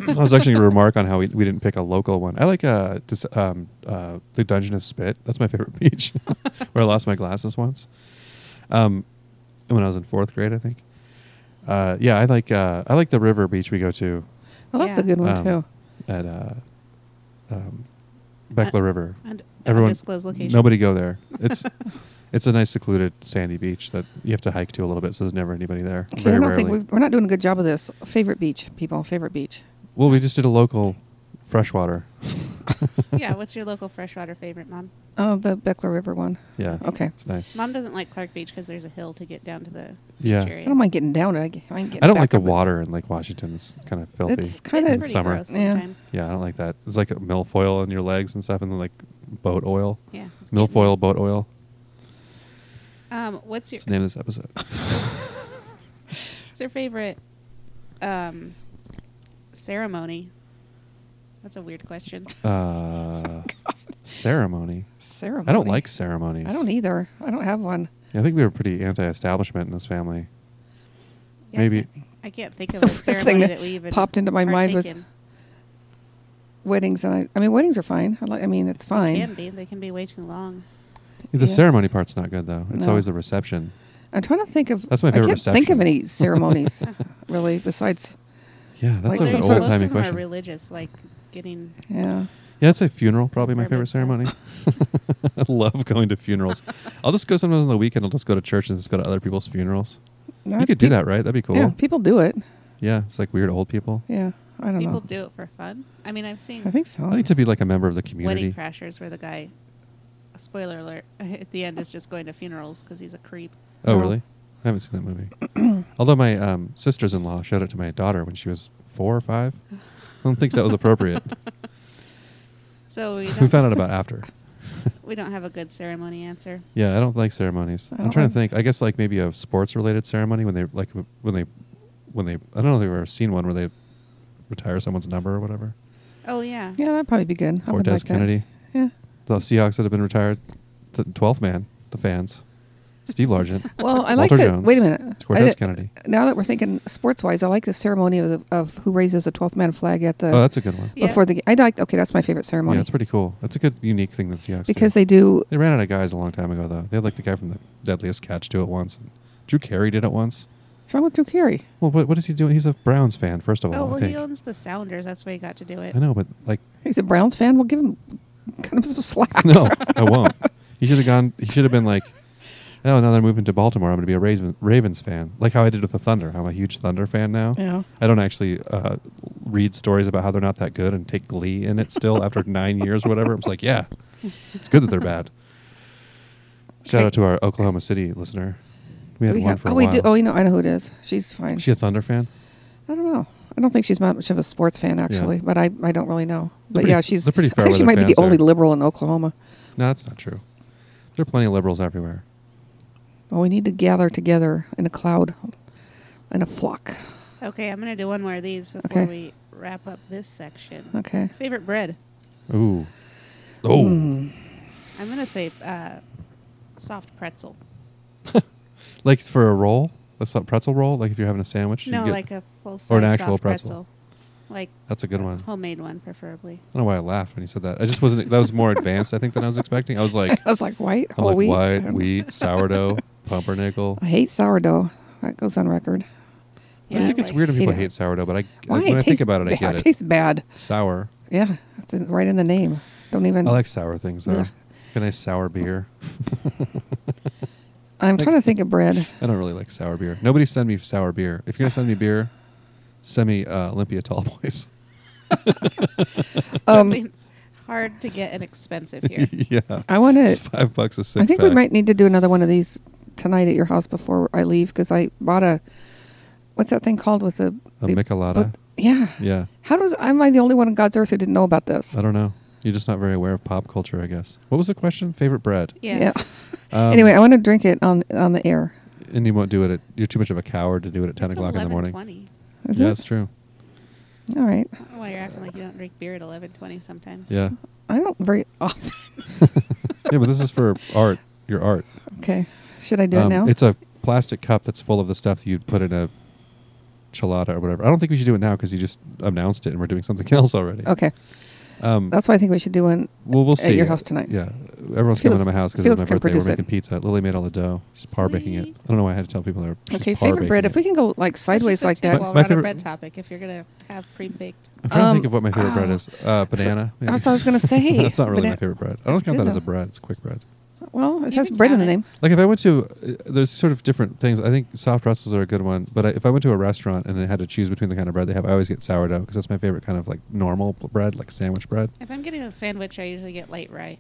A: I was actually going to remark on how we, we didn't pick a local one. I like uh, dis- um, uh, the Dungeness Spit. That's my favorite beach, where I lost my glasses once. Um, when I was in fourth grade, I think. Uh, yeah, I like uh, I like the river beach we go to
B: Well, that's a
C: Yeah.
B: good one
A: Um,
B: too.
A: at uh, um, Beckler River.
C: Und-
A: Everyone,
C: Uh, undisclosed location.
A: nobody go there. It's it's a nice secluded sandy beach that you have to hike to a little bit, so there's never anybody there.
B: Okay, I
A: very
B: don't
A: rarely.
B: think we've, we're not doing a good job of this. Favorite beach, people. Favorite beach.
A: well, we just did a local freshwater.
C: yeah, what's your local freshwater favorite, Mom?
B: Oh, the Beckler River one.
A: Yeah.
B: Okay.
A: It's nice.
C: Mom doesn't like Clark Beach because there's a hill to get down to the
A: Yeah.
C: beach
A: I
C: area.
B: I don't mind getting down. it. I, g- I, can get
A: I don't
B: back
A: like the
B: up it.
A: water in Lake Washington. It's kind of filthy.
B: It's
C: It's
B: kind of
C: pretty
A: Summer.
C: gross
B: Yeah.
C: sometimes.
A: yeah, I don't like that. It's like milfoil in your legs and stuff, and then like boat oil.
C: Yeah. it's getting-
A: Milfoil boat oil.
C: Um, what's your
A: It's the name of this episode.
C: what's your favorite um, ceremony? That's a weird question.
A: Uh, ceremony.
B: ceremony.
A: I don't like ceremonies.
B: I don't either. I don't have one.
A: Yeah, I think we were pretty anti-establishment in this family.
C: Yeah,
A: Maybe
C: I can't think of a
B: First thing
C: ceremony
B: that
C: that, we even
B: popped into my mind was-
C: partake in.
B: Weddings and I. I mean, weddings are fine. I, like, I mean, it's fine.
C: Can be. They can be way too long.
A: the
B: Yeah.
A: ceremony part's not good though. It's
B: No.
A: always the reception.
B: I'm trying to think of.
A: That's my favorite
B: I can't think of
A: reception.
B: any ceremonies really. Besides,
A: Yeah, that's
B: Like
A: like
B: some
A: an
B: sort
A: old
B: of-
C: most
A: timey
C: of them are
A: question.
C: religious, like getting.
B: yeah.
A: yeah, I'd say funeral probably my favorite ceremony.
C: Confirm
A: I love going to funerals. I'll just go sometimes on the weekend. I'll just go to church and just go to other people's funerals.
B: No,
A: you could do
B: peop-
A: that, right? That'd be cool.
B: Yeah, people do it.
A: Yeah, it's like weird old people.
B: Yeah, I don't
C: People
B: know.
C: do it for fun. I mean, I've seen
B: I think so.
A: I think to be like a member of the community.
C: wedding crashers where the guy, spoiler alert, at the end is just going to funerals because he's a creep.
A: Oh,
B: No.
A: really? I haven't seen that movie. Although my um, sister's in law showed it to my daughter when she was four or five. I don't think that was appropriate.
B: Oh,
C: So we,
A: we
C: don't,
A: found out about after.
C: we don't have a good ceremony answer.
A: Yeah, I don't like ceremonies.
B: I
A: I'm
B: don't
A: trying
B: like-
A: to think. I guess like maybe a sports-related ceremony when they like w- when they when they I don't know if they've ever seen one where they retire someone's number or whatever.
C: Oh yeah.
B: Yeah, that'd probably be good. I
A: or
B: would
A: Des
B: like that.
A: Kennedy,
B: Yeah.
A: the Seahawks that have been retired, the twelfth man, the fans, Steve Largent.
B: Well, I like
A: Walter
B: that.
A: Jones,
B: wait a minute. I
A: Cortez
B: di-
A: Kennedy.
B: Now that we're thinking sports wise, I like the ceremony of the, of who raises the twelfth man flag at the
A: oh, that's a good one.
C: Yeah.
B: before the game. I like. Okay, that's my favorite ceremony.
A: Yeah, it's pretty cool. That's a good unique thing that the Seahawks do.
B: because they do.
A: They ran out of guys a long time ago, though. They had like the guy from the Deadliest Catch do it once. And Drew Carey did it once.
B: What's wrong with Drew Carey?
A: Well, what, what is he doing? He's a Browns fan, first of all.
C: Oh
A: I
C: well,
A: think.
C: he owns the Sounders. That's why he got to do it.
A: I know, but like,
B: He's a Browns fan. We'll give him kind of some slack.
A: no, I won't. He should have gone. He should have been like, oh, now they're moving to Baltimore. I'm going to be a Ravens, Ravens fan, like how I did with the Thunder. I'm a huge Thunder fan now.
B: Yeah.
A: I don't actually uh, read stories about how they're not that good and take glee in it still after nine years or whatever. I'm just like, yeah, it's good that they're bad. Shout out to our Oklahoma City listener. We
B: Do
A: had
B: we
A: one
B: have-
A: for a
B: oh,
A: while.
B: we do. Oh, you know, I know who it is. She's fine.
A: Is she a Thunder fan?
B: I don't know. I don't think she's that much of a sports fan actually, but I, I don't really know. But
A: pretty-
B: yeah, she's.
A: they're pretty
B: I think she
A: fair-weather
B: might be the
A: fans
B: only
A: there.
B: liberal in Oklahoma.
A: No, that's not true. There are plenty of liberals everywhere.
B: Well, we need to gather together in a cloud, in a flock.
C: Okay, I'm gonna do one more of these before
B: Okay.
C: we wrap up this section.
B: Okay.
C: Favorite bread?
A: Ooh. Oh.
B: Hmm.
C: I'm gonna say uh, soft pretzel.
A: Like for a roll? That's a pretzel roll? Like if you're having a sandwich? you
C: No,
A: get-
C: like a full size
A: or an actual
C: soft pretzel.
A: pretzel.
C: Like
A: That's a good one. I
C: homemade one, preferably.
A: don't know why I laughed when you said that. I just wasn't, that was more advanced, I think, than I was expecting. I was like,
B: I was like white,
A: I'm
B: whole
A: like
B: wheat. I
A: white,
B: don't-
A: wheat, sourdough, pumpernickel.
B: I hate sourdough. That goes on record.
A: I just think it's weird when
B: hate
A: people
B: it.
A: hate sourdough, but I,
B: Why?
A: like, when I think
B: tastes
A: about it, I
B: bad.
A: get it.
B: tastes bad.
A: Sour.
B: Yeah, it's in- right in the name. Don't
A: I
B: even.
A: like sour things, though.
B: Yeah.
A: Like a nice sour beer.
B: I'm trying to think of bread.
A: I don't really like sour beer. Nobody send me sour beer. If you're going to send me beer, send me uh, Olympia Tall Boys.
B: Um,
C: Something hard to get and expensive here.
A: yeah.
B: I want
A: It's
B: to.
A: five bucks a six
B: I think we
A: pack.
B: might need to do another one of these tonight at your house before I leave because I bought a. What's that thing called with the?
A: A
B: the-
A: Michelada?
B: but- yeah.
A: Yeah.
B: How does am I the only one on God's earth who didn't know about this?
A: I don't know. You're just not very aware of pop culture, I guess. What was the question? Favorite bread?
C: Yeah.
A: Um,
B: anyway, I want to drink it on on the air.
A: And you won't do it. At, you're too much of a coward to do it at 10 o'clock in the morning.
C: Twenty.
B: Is
A: yeah,
B: it?
A: that's true.
B: All right.
C: I don't know why you're acting like you don't drink beer at eleven twenty sometimes.
A: Yeah.
B: I don't very often.
A: yeah, but this is for art. Your art.
B: okay. Should I do it
A: Um,
B: now?
A: It's a plastic cup that's full of the stuff you'd put in a chalada or whatever. I don't think we should do it now because you just announced it and we're doing something else already.
B: okay.
A: Um,
B: That's why I think we should do one.
A: well, we'll
B: at
A: see.
B: your house tonight.
A: Yeah. Everyone's coming
B: Felix-
A: to my house because
B: Felix
A: it's my
B: can
A: birthday. We're
B: produce it.
A: making pizza. Lily made all the dough. She's par baking it.
C: Sweet.
A: I don't know why I had to tell people. They're, she's
B: Okay,
A: par
B: favorite bread.
A: baking
B: If we
A: it.
B: can go like sideways like that.
A: typical.
C: Well,
A: My
C: my
A: favorite-
C: bread topic. If you're gonna have pre-baked,
A: I'm trying to think
B: Um,
A: of what my favorite bread
B: oh.
A: is. Uh, banana. maybe.
B: That's what I was gonna say.
A: That's not really my
B: Bana-
A: favorite bread. I don't
B: That's
A: count
B: good,
A: that as a
B: though.
A: bread. It's quick bread.
B: Well, it
C: You
B: has
C: can
B: bread in
C: count
B: the
C: it.
B: name.
A: Like if I went to, uh, there's sort of different things. I think soft pretzels are a good one, but I, if I went to a restaurant and I had to choose between the kind of bread they have, I always get sourdough because that's my favorite kind of like normal b- bread, like sandwich bread.
C: if I'm getting a sandwich, I usually get light rye.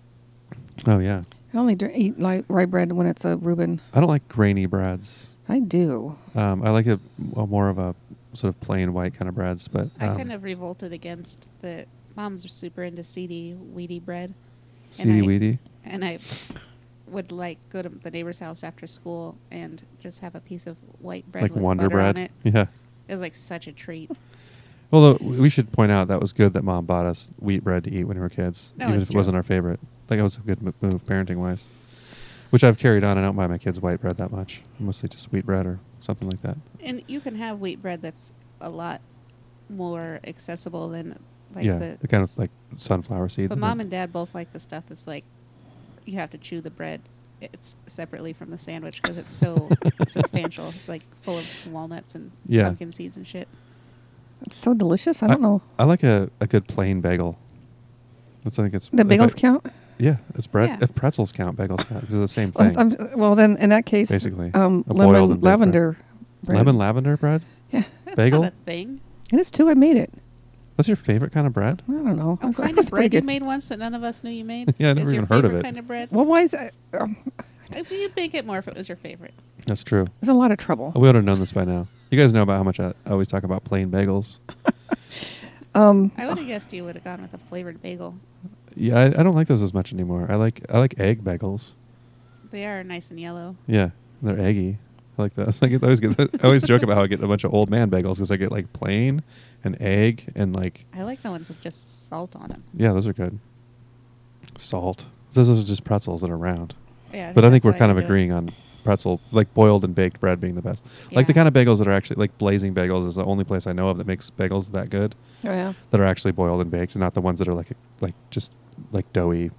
A: Oh yeah,
B: I only dr- eat like rye bread when it's a Reuben.
A: I don't like grainy breads.
B: I do.
A: Um, I like a, a more of a sort of plain white kind of breads, but
C: I
A: um,
C: kind of revolted against the moms are super into seedy, weedy bread,
A: seedy
C: I-
A: weedy.
C: and I would like go to the neighbor's house after school and just have a piece of white bread
A: like
C: with
A: Wonder
C: butter
A: Bread.
C: on it.
A: Yeah.
C: It was like such a treat.
A: Although w- we should point out that was good that mom bought us wheat bread to eat when we were kids,
C: No,
A: even
C: it's
A: if it wasn't
C: true.
A: our favorite. Like that was a good m- move parenting wise, which I've carried on. I don't buy my kids white bread that much. Mostly just wheat bread or something like that.
C: And you can have wheat bread that's a lot more accessible than like
A: yeah,
C: the
A: it kind of like sunflower seeds.
C: But
A: and
C: mom
A: then-
C: and dad both like the stuff that's like you have to chew the bread. It's separately from the sandwich because it's so substantial. It's like full of walnuts and
A: Yeah.
C: pumpkin seeds and shit.
B: It's so delicious. I don't know.
A: I like a, a good plain bagel. That's I think it's
B: The
A: if I-
B: bagels count.
A: Yeah, it's bread.
C: Yeah.
A: If pretzels count, bagels count. 'cause They're the same
B: Well,
A: thing.
B: I'm- uh, well, then in that case,
A: Basically,
B: um,
A: a boiled and baked
B: lemon
A: bread.
B: lavender bread.
A: Lemon lavender bread.
B: Yeah,
C: That's
A: Bagel?
C: not a thing.
B: it is too. I made it.
A: That's your favorite kind of bread.
B: I don't know. It
C: Oh,
B: was- it
C: kind of
B: was pretty
C: bread you
B: good.
C: made once that none of us knew you made.
A: Yeah, I never
C: is your
A: even heard of
C: favorite
A: it.
C: Kind of bread.
B: Well, why is that? Um,
C: I think you'd bake it more if it was your favorite.
A: That's true.
B: it's a lot of trouble.
A: We ought to have known this by now. You guys know about how much I I always talk about plain bagels.
B: Um,
C: I would have guessed you would have gone with a flavored bagel.
A: Yeah, I, I don't like those as much anymore. I like I like egg bagels.
C: They are nice and yellow.
A: Yeah, they're eggy. I like those. I, get, I always get. I always joke about how I get a bunch of old man bagels because I get like plain and egg and like
C: I like the ones with just salt on them.
A: yeah, those are good. Salt. Those are just pretzels that are round.
C: Yeah,
A: But I think
C: that's
A: we're
C: how
A: kind of
C: do it.
A: agreeing on pretzel, like boiled and baked bread being the best. Like the
C: Yeah.
A: kind of bagels that are actually like blazing bagels is the only place I know of that makes bagels that good
B: oh yeah.
A: that are actually boiled and baked, and not the ones that are like like just like doughy,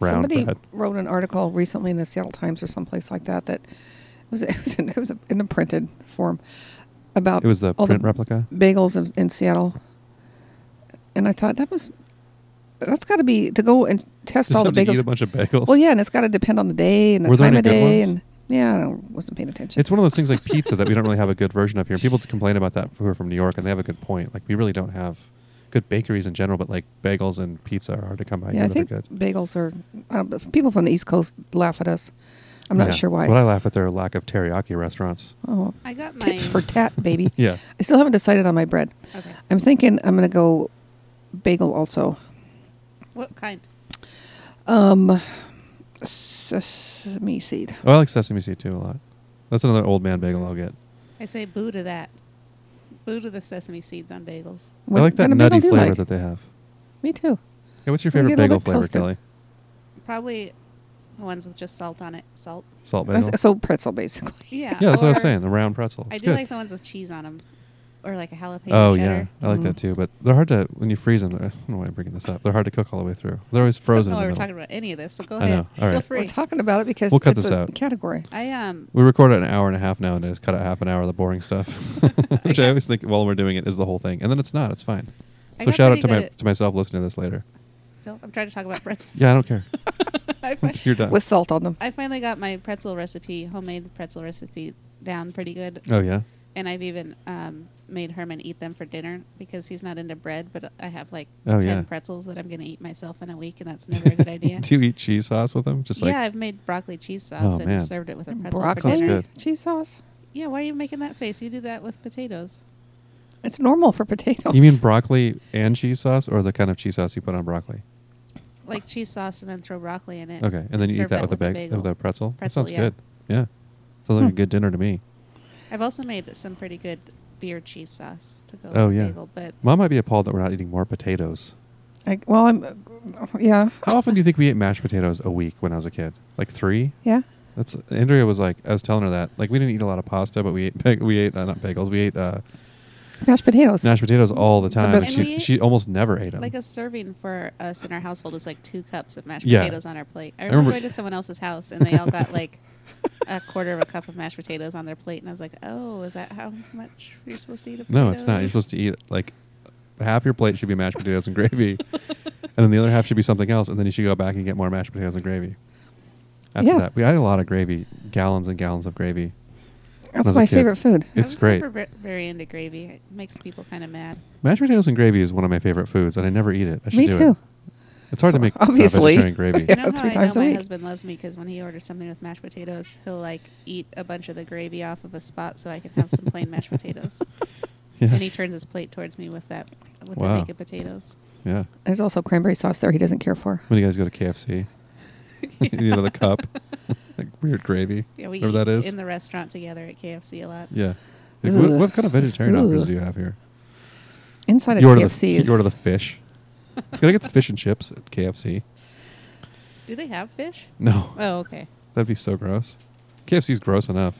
A: round
B: Somebody
A: bread.
B: wrote an article recently in the Seattle Times or someplace like that that it was it was in, it was in a printed form about
A: It was the
B: all
A: print replica.
B: bagels of, in Seattle, and I thought that was that's got to be to go and test
A: Just
B: all the
A: have to
B: bagels.
A: eat a bunch of bagels.
B: Well, yeah, and it's got to depend on the day and the
A: Were there
B: time
A: any
B: of
A: good
B: day,
A: ones?
B: and yeah, I don't, wasn't paying attention.
A: It's one of those things like pizza that we don't really have a good version of here. And people complain about that who are from New York, and they have a good point. Like we really don't have good bakeries in general, but like bagels and pizza are hard to come by.
B: yeah,
A: here
B: I
A: that
B: think
A: are good.
B: bagels are. I don't, but people from the East Coast laugh at us. I'm not
A: Yeah.
B: sure why.
A: But I laugh at their lack of teriyaki restaurants.
B: oh,
C: I got my
B: tit for tat, baby.
A: Yeah.
B: I still haven't decided on my bread.
C: Okay.
B: I'm thinking I'm gonna go bagel also.
C: What kind?
B: Um, sesame seed.
A: Oh, I like sesame seed too a lot. That's another old man bagel I'll get.
C: I say boo to that. Boo to the sesame seeds on bagels.
A: I
B: What
A: like that
B: kind of
A: nutty
B: bagel do you
A: flavor
B: like?
A: that they have.
B: Me too.
A: Yeah, what's your
B: Let me
A: favorite
B: get a little
A: bagel
B: bit
A: flavor,
B: toasted.
A: Kelly?
C: Probably the ones with just salt on it. Salt.
A: Salt
B: That's-
A: bagel.
B: So pretzel, basically.
C: Yeah.
A: yeah, that's what I was
C: or-
A: saying. A round pretzel.
C: I
A: It's
C: do
A: good.
C: like the ones with cheese on them, or like a jalapeno
A: Oh yeah,
C: cheddar.
A: I like
B: Mm.
A: that too. But they're hard to when you freeze them. I don't know why I'm bringing this up. They're hard to cook all the way through. They're always frozen.
C: I don't know why
A: in
C: Oh, we're
A: the middle.
C: talking about any of this. So go
A: I
C: ahead.
A: know. All
C: Feel
A: right.
C: free.
B: We're talking about it because
A: We'll cut
B: it's
A: this
B: a
A: out.
B: category.
C: I um.
A: We record an hour and a half nowadays, cut out half an hour of the boring stuff, which I always think while we're doing it is the whole thing, and then it's not. It's fine.
C: I
A: So
C: got
A: shout out
C: pretty
A: to
C: good
A: my
C: at-
A: to myself listening to this later.
C: Phil, I'm trying to talk about pretzels.
A: Yeah, I don't care.
C: I, fi-
A: You're done.
B: With salt on them.
C: I finally got my pretzel recipe, homemade pretzel recipe, down pretty good.
A: oh yeah,
C: And I've even um, made Herman eat them for dinner because he's not into bread. But I have like
A: Oh,
C: ten
A: yeah.
C: pretzels that I'm going to eat myself in a week, and that's never a good idea.
A: do you eat cheese sauce with them? Just like
C: yeah, I've made broccoli cheese sauce
A: Oh,
C: and
A: man.
C: served it with a pretzel for
B: Mm, Broccoli,
A: Sounds
C: dinner.
A: good.
B: cheese sauce.
C: Yeah, why are you making that face? You do that with potatoes.
B: It's normal for potatoes.
A: you mean broccoli and cheese sauce, or the kind of cheese sauce you put on broccoli?
C: Like cheese sauce and then throw broccoli in it.
A: Okay, and then you eat
C: Eh, Serve
A: that, with, a bag, with a pretzel.
C: Pretzel,
A: that sounds
C: yeah.
A: good. Yeah, sounds like a
B: Hmm.
A: good dinner to me.
C: I've also made some pretty good beer cheese sauce to go
A: Oh,
C: with the
A: yeah.
C: bagel. But
A: Mom might be appalled that we're not eating more potatoes.
B: I, well, I'm. yeah.
A: How often do you think we ate mashed potatoes a week when I was a kid? Like three?
B: Yeah.
A: That's Andrea was like I was telling her that like we didn't eat a lot of pasta, but we ate bag- we ate uh, not bagels, we ate uh,
B: Mashed potatoes.
A: mashed potatoes all the time.
B: best-
A: and
C: And
A: she
C: we-
A: she almost never ate them.
C: like a serving for us in our household was like two cups of mashed
A: Yeah.
C: potatoes on our plate. I
A: remember-
C: remember going to someone else's house and they all got like a quarter of a cup of mashed potatoes on their plate, and I was like, "Oh, is that how much you're supposed to eat?" Of
A: no, it's not. You're
C: potatoes?"
A: supposed to eat like half your plate should be mashed potatoes and gravy, and then the other half should be something else, and then you should go back and get more mashed potatoes and gravy. After
B: Yeah.
A: that, we had a lot of gravy, gallons and gallons of gravy.
B: That's
A: as a
B: my
A: kid.
B: favorite food.
C: I
A: It's
C: was
A: great.
C: never ver- very into gravy. It makes people kind of mad.
A: Mashed potatoes and gravy is one of my favorite foods, and I never eat it. I should
B: Me
A: do
B: too.
A: it. It's hard to make uh,
B: Obviously.
A: vegetarian gravy.
B: Yeah,
C: you know how
B: three
C: I
B: times a
C: know my
B: week.
C: husband loves me because when he orders something with mashed potatoes, he'll like eat a bunch of the gravy off of a spot so I can have some plain mashed potatoes.
A: Yeah.
C: And he turns his plate towards me with that with
A: Wow.
C: the naked potatoes.
A: yeah.
B: There's also cranberry sauce there he doesn't care for.
A: When you guys go to KFC, you know the cup, like weird gravy.
C: Yeah, we
A: Whatever that
C: eat
A: is.
C: in the restaurant together at KFC a lot.
A: yeah. Like, what,
B: Ugh.
A: what kind of vegetarian options
B: Ugh.
A: do you have here?
B: Inside
A: You
B: of
A: order,
B: KFC
A: the,
B: is
A: you order the fish. Can I get the fish and chips at KFC?
C: Do they have fish?
A: No,
C: Oh, okay.
A: that'd be so gross. KFC's gross enough.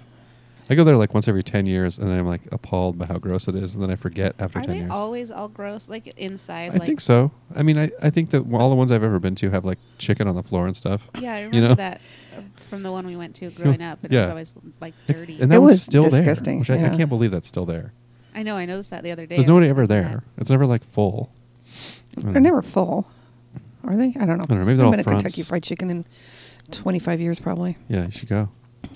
A: I go there like once every ten years, and then I'm like appalled by how gross it is, and then I forget after
C: Are
A: ten
C: they
A: years.
C: always all gross? Like inside?
A: I
C: like
A: think so. I mean, I, I think that all the ones I've ever been to have like chicken on the floor and stuff.
C: Yeah, I remember
A: know?
C: that uh, from the one we went to growing up, and it was
A: Yeah.
C: always like
A: Like,
C: dirty.
A: and that
B: It
A: one's
B: was
A: still there,
B: disgusting,
A: which I, I
B: yeah.
A: can't believe that's still there.
C: I know. I noticed that the other day.
A: There's
C: I was
A: nobody ever
C: looking at-
A: there. It's never like full. I don't
B: They're
A: know.
B: never full, are they? I don't know.
A: I don't know, maybe they're
B: I
A: all
B: haven't been to
A: fronts.
B: Kentucky Fried Chicken in 25 years, probably.
A: Yeah, you should go.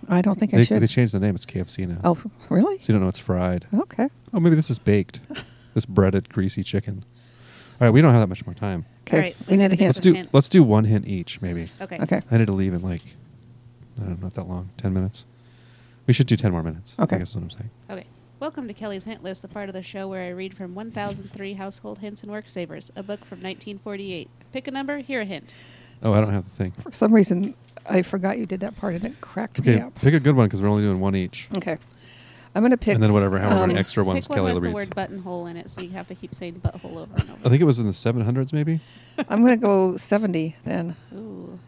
B: I don't think I
A: They,
B: should.
A: they changed the name. It's KFC now.
B: oh, really?
A: So you don't know it's fried.
B: Okay.
A: Oh, maybe this is baked. this breaded, greasy chicken. All right, we don't have that much more time.
B: Okay.
C: All right,
B: we
C: we
B: need a
C: gotta do
B: hint.
A: Let's
C: some
A: do
C: hints.
A: let's do one hint each, maybe.
C: Okay.
B: Okay.
A: I need to leave in like I don't know, not that long, ten minutes. We should do ten more minutes.
B: Okay.
A: I guess is what I'm saying.
C: Okay. Welcome to Kelly's Hint List, the part of the show where I read from 1003 Household Hints and Work Savers, a book from 1948. Pick a number, hear a hint.
A: Oh, I don't have the thing.
B: For some reason, I forgot you did that part and it cracked
A: Okay,
B: me up.
A: pick a good one because we're only doing one each.
B: Okay. I'm going to pick.
A: and then whatever, however
B: um,
A: many extra ones
C: Pick one
A: Kelly
C: with the
A: reads.
C: word buttonhole in it, so you have to keep saying butthole over and over.
A: I think it was in the 700s, maybe.
B: I'm going to go 70 then.
C: Ooh.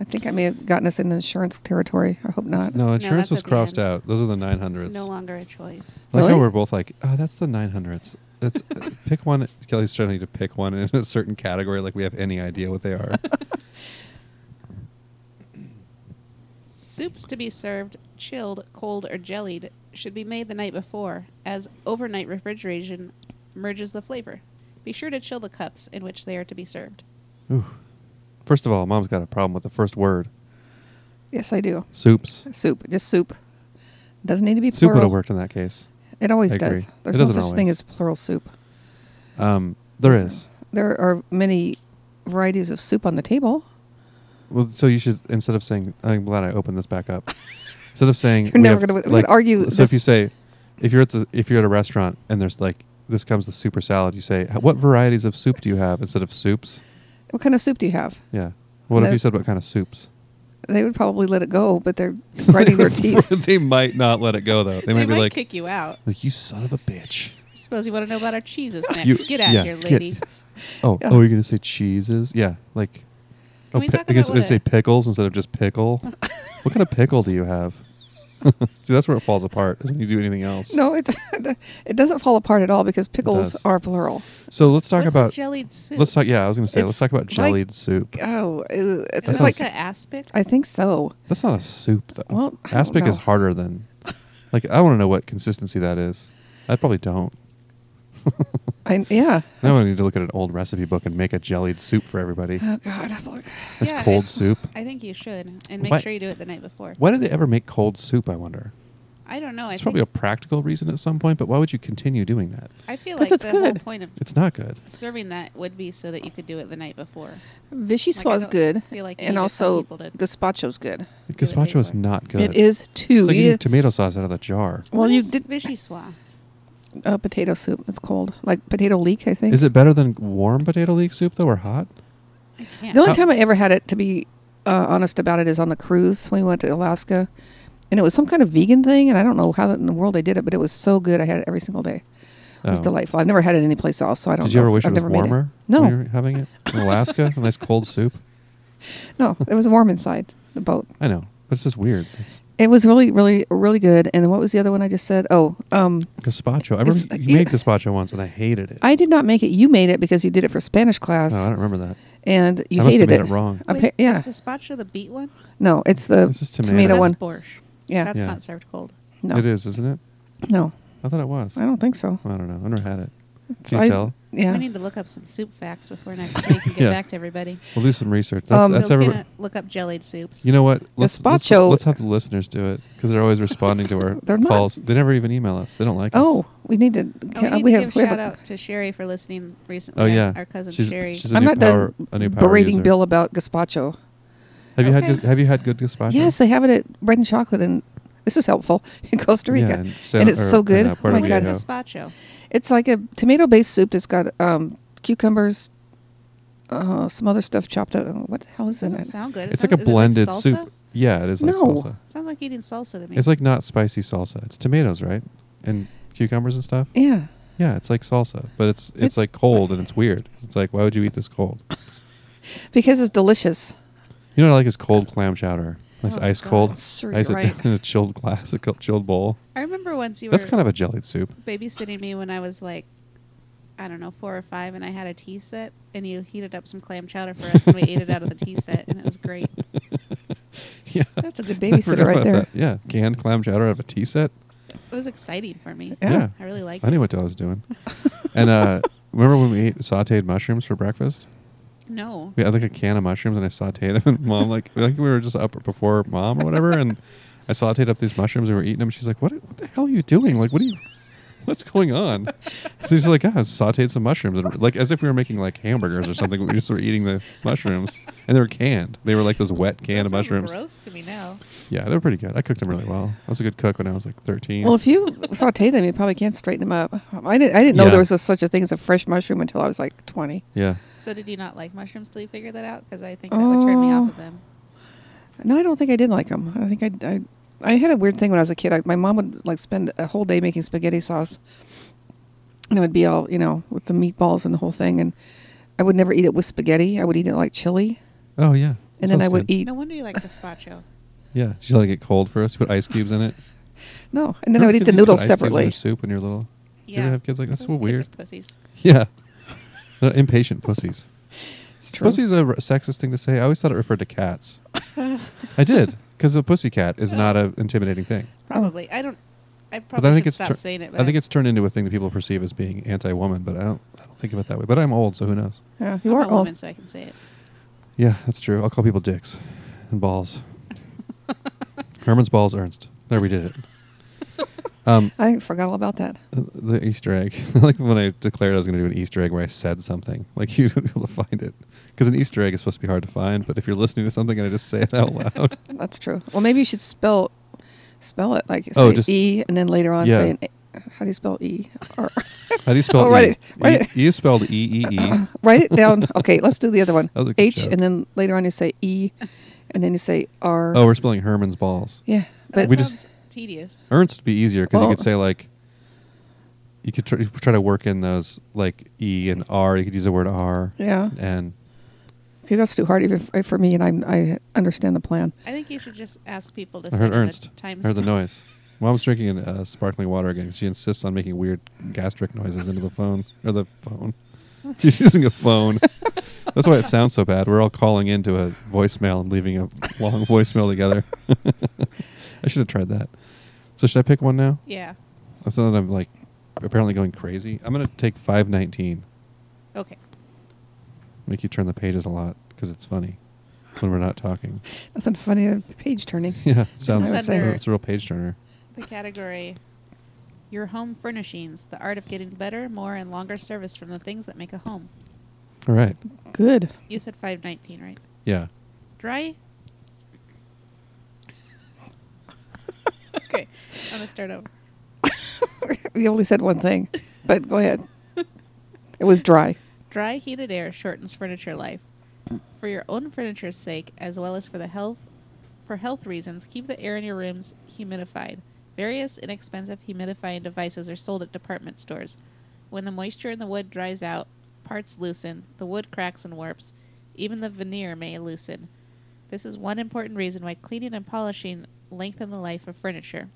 B: I think I may have gotten us in insurance territory. I hope not.
A: No,
C: that's
A: insurance was
C: at the
A: crossed
C: end.
A: out. Those are the
C: It's
A: 900s.
C: no longer a choice.
A: I like how
B: Really?
A: we're both like, oh, that's the 900s. That's uh, pick one. Kelly's trying to pick one in a certain category, like we have any idea what they are.
C: Soups to be served chilled, cold, or jellied should be made the night before, as overnight refrigeration merges the flavor. Be sure to chill the cups in which they are to be served.
A: Ooh. First of all, mom's got a problem with the first word
B: Yes, I do.
A: soups.
B: Soup. Just soup. Doesn't need to be
A: Soup would
B: plural.
A: have worked in that case.
B: It always
A: I
B: does.
A: agree.
B: There's
A: It
B: no
A: doesn't
B: such thing
A: always.
B: as plural soup.
A: Um, there is.
B: There are many varieties of soup on the table.
A: Well, so you should instead of saying, I'm glad I opened this back up. Instead of saying,
B: We're never gonna- we could argue
A: So if you
B: this-
A: say, if you're at the, if you're at a restaurant and there's like this comes the super salad, you say, "H- what varieties of soup do you have instead of soups?
B: What kind of soup do you have?
A: Yeah. What if
B: No.
A: you said what kind of soups?
B: They would probably let it go, but they're grinding their teeth.
A: they might not let it go though. They,
C: They
A: might be
C: might
A: like,
C: kick you out.
A: like you son of a bitch.
C: Suppose you want to know about our cheeses next.
A: You-
C: get out
A: yeah,
C: here,
A: get-
C: lady.
A: Oh,
B: Yeah.
A: oh, you're gonna say cheeses? Yeah, like.
C: Can
A: oh,
C: we
A: pi-
C: talk
A: I guess
C: about
A: I'm gonna
C: what
A: say
C: a-
A: pickles instead of just pickle. what kind of pickle do you have? See, that's where it falls apart. Is when you do anything else.
B: no, it's, it doesn't fall apart at all because pickles
A: does.
B: are plural.
A: So let's talk
C: What's a
A: about
C: jellied soup.
A: Let's talk. Yeah, I was gonna say. let's
B: It's
A: talk about
B: like-
A: jellied soup.
B: Oh, it- it's
C: Is it
B: like
C: like an aspic?
B: I think so.
A: That's not a soup though.
B: Well, I don't
A: aspic is
B: know.
A: harder than. Like, I want to know what consistency that is. I probably don't.
B: I yeah.
A: Now I need to look at an old recipe book and make a jellied soup for everybody.
B: Oh God, I'm like-
A: It's
C: Yeah,
A: cold
C: it-
A: soup.
C: I think you should, and make
A: Why-
C: sure you do it the night before.
A: Why did they ever make cold soup? I wonder.
C: I don't know. Oh, I
A: It's
C: think,
A: probably a practical reason at some point, but why would you continue doing that?
C: I feel
B: 'Cause
C: like
B: it's
C: the whole
B: good.
C: point of
A: It's not good.
C: serving that would be so that you could do it the night before.
B: Vichy's
C: Like, I
B: is
C: don't
B: good,
C: feel like you need to
B: and
C: tell
B: also
C: people to-
B: gazpacho's good.
C: Do it
A: Gazpacho is
C: later.
A: not good.
B: It is too.
A: It's like
B: You-
A: eating tomato sauce out of the jar.
B: well,
C: What
B: you
C: is
B: did
C: vichyssoise?
B: uh, potato soup. It's cold, like potato leek. I think.
A: Is it better than warm potato leek soup though, or hot?
C: I can't.
B: The only
A: How-
B: uh, time I ever had it, to be uh, honest about it, is on the cruise when we went to Alaska, and it was some kind of vegan thing, and I don't know how in the world they did it, but it was so good. I had it every single day. It was
A: Oh.
B: delightful. I've never had it anyplace else, so I don't.
A: Did you
B: know.
A: ever wish
B: I've
A: it
B: never
A: was
B: made
A: warmer? when you
B: No,
A: were having it in Alaska, a nice cold soup.
B: no, it was warm inside the boat.
A: I know, but it's just weird. It's
B: It was really, really, really good. And then what was the other one I just said? Oh, um,
A: gazpacho. I
B: It's-
A: remember you
B: you-
A: made gazpacho once, and I hated it.
B: I did not make it. You made it because you did it for Spanish class,
A: no, Oh, I don't remember that.
B: and you
A: I must have
B: hated
A: made it, wrong.
B: I pa- yeah.
C: Is gazpacho the beet one?
B: No, it's the
A: This is
B: tomato,
A: tomato.
C: That's
B: one.
C: borscht.
B: Yeah,
C: That's
A: Yeah.
C: not served cold.
B: no,
A: It is, isn't it?
B: No,
A: I thought it was.
B: I don't think so.
A: I don't know. I never had it. Can you
B: I-
A: tell?
B: Yeah,
C: We need to look up some soup facts before next week and get
A: Yeah.
C: back to everybody.
A: We'll do some research. That's,
B: Um,
A: that's
C: Bill's
A: every,
C: gonna look up jellied soups.
A: You know what? Let's, let's,
B: Gazpacho-
A: let's have the listeners do it because they're always responding to our
B: They're not.
A: calls. They never even email us. They don't like
B: Oh,
A: us.
B: we need to.
C: Oh, we
B: uh,
C: need
B: we
C: to
B: have-
C: give
B: we have
C: shout
B: a-
C: out to Sherry for listening recently.
A: Oh yeah,
C: our cousin
A: she's,
C: Sherry.
A: She's a
B: I'm
A: new
B: not
A: power,
B: done
A: a new power
B: berating
A: user.
B: Bill about gazpacho.
A: Have you had
C: Okay.
A: good, Have you had good gazpacho?
B: Yes, they have it at Bread and Chocolate, and this is helpful in Costa Rica,
A: Yeah,
B: and,
A: and San-
B: it's
A: or
B: so good.
A: in, uh,
B: oh
A: Puerto
B: my
C: What's
A: Rico.
B: god,
C: gazpacho?
B: it's like a tomato-based soup that's got um, cucumbers, uh, some other stuff chopped up. What the hell is in
C: Doesn't
B: it?
C: sound good. It
A: It's like
C: sounds-
A: a
C: is it
A: blended
C: salsa?
A: soup. Yeah, it is like
B: No.
A: salsa.
C: Sounds like eating salsa to me.
A: It's like not spicy salsa. It's tomatoes, right? And cucumbers and stuff.
B: yeah,
A: Yeah, it's like salsa, but it's it's,
B: It's-
A: like cold and it's weird. It's like why would you eat this cold?
B: because it's delicious.
A: You know what I like is cold clam chowder. Nice
C: Oh,
A: ice
C: God.
A: cold.
B: Sure,
A: ice
B: you're
A: it
B: right.
A: in a chilled glass, a chilled bowl.
C: I remember once you
A: That's
C: were
A: kind of a jellied soup.
C: babysitting me when I was like, I don't know, four or five, and I had a tea set, and you heated up some clam chowder for us, and we ate it out of the tea set, and it was great.
A: yeah.
B: That's a good
A: I forgot
B: babysitter right
A: about
B: there.
A: that. Yeah, canned clam chowder out of a tea set.
C: It was exciting for me.
B: Yeah.
A: Yeah.
C: I really liked
A: I knew
C: it.
A: what I was doing. and uh, remember when we ate sautéed mushrooms for breakfast?
C: No.
A: We had like a can of mushrooms and I sautéed them. And mom like like we were just up before mom or whatever, and I sautéed up these mushrooms and we were eating them. She's like, "What? What the hell are you doing? Like, what are you? What's going on?" So she's like, "Yeah, I sautéed some mushrooms, and, like as if we were making like hamburgers or something. We just were eating the mushrooms, and they were canned. They were like this wet can
C: That
A: of
C: sounds
A: mushrooms.
C: Gross to me now.
A: Yeah, they were pretty good. I cooked them really well. I was a good cook when I was like 13.
B: Well, if you saute them, you probably can't straighten them up. I didn't. I didn't know
A: Yeah.
B: there was a, such a thing as a fresh mushroom until I was like twenty.
A: yeah.
C: So did you not like mushrooms till you figured that out? Because I think that would turn me
B: Oh.
C: off of them.
B: No, I don't think I did like them. I think I, I, I had a weird thing when I was a kid. I, my mom would like spend a whole day making spaghetti sauce, and it would be all you know with the meatballs and the whole thing. And I would never eat it with spaghetti. I would eat it like chili,
A: Oh yeah.
B: and then I would eat
C: Oh. No wonder you like gazpacho.
A: Yeah, she's let it get cold first. Put ice cubes in it.
B: no, and then I would
A: Remember
B: eat
A: kids
B: the
A: used to put
B: noodles
A: ice cubes in their
B: separately.
A: soup when you're little. Did you
C: Yeah.
A: ever have kids like that's
C: Those
A: so
C: kids
A: weird.
C: are pussies.
A: Yeah. They're impatient pussies.
B: It's true.
A: Pussy's a r- sexist thing to say. I always thought it referred to cats. I did because a pussy cat is not an intimidating thing.
C: Probably. I don't. I
A: But
C: probably
A: I
C: should
A: think it's
C: stop
A: tur-
C: saying it. But
A: I think it's turned into a thing that people perceive as being anti-woman, but I don't. I don't think of it that way. But I'm old, so who knows?
B: Yeah,
C: I'm
B: you are
C: a
B: old.
C: woman, so I can say it.
A: Yeah, that's true. I'll call people dicks and balls. Herman's balls, Ernst. There we did it. Um,
B: I forgot all about that.
A: the Easter egg. like when I declared I was going to do an Easter egg where I said something, like you would be able to find it. Because an Easter egg is supposed to be hard to find, but if you're listening to something and I just say it out loud,
B: That's true. Well, maybe you should spell spell it like
A: Oh,
B: say
A: just-
B: e, and then later on
A: Yeah.
B: say an a. how do you spell e? Or
A: how do you spell
B: Oh, write
A: E?
B: it, write
A: E-
B: it.
A: E is spelled E E E.
B: write it down. Okay, let's do the other one.
A: That was a good
B: H,
A: joke.
B: and then later on you say e, and then you say r.
A: Oh, we're spelling Herman's balls.
B: yeah, Oh.
C: That
B: but
A: We
C: sounds
A: just-
C: tedious.
A: Ernst would be easier because
B: Well-
A: you could say like. You could try, you could try to work in those like E and R. You could use the word R.
B: yeah,
A: And
B: okay, that's too hard even f- for me, and I'm, I understand the plan.
C: I think you should just ask people to
A: I
C: send
A: heard
C: in
A: Ernst.
C: the time
A: I heard the
C: stamp.
A: noise. Mom's drinking uh, sparkling water again. She insists on making weird gastric noises into the phone or the phone. She's using a phone. That's why it sounds so bad. We're all calling into a voicemail and leaving a long voicemail together. I should have tried that. So should I pick one now?
C: Yeah.
A: That's not that I'm like apparently going crazy. I'm gonna take five nineteen.
C: Okay.
A: Make you turn the pages a lot because it's funny when we're not talking.
B: Nothing funny. than uh, Page turning.
A: yeah, it sounds
B: is
A: it's
B: under-
A: a- it's a real page turner.
C: The category Your home furnishings, the art of getting better, more, and longer service from the things that make a home.
A: All right.
B: Good.
C: You said 519, right?
A: Yeah.
C: Dry? okay. I'm going to start over.
B: you only said one thing, but go ahead. It was dry.
C: Dry heated air shortens furniture life. For your own furniture's sake, as well as for the health, For health reasons, keep the air in your rooms humidified. Various inexpensive humidifying devices are sold at department stores. When the moisture in the wood dries out, parts loosen, the wood cracks and warps, even the veneer may loosen. This is one important reason why cleaning and polishing lengthen the life of furniture.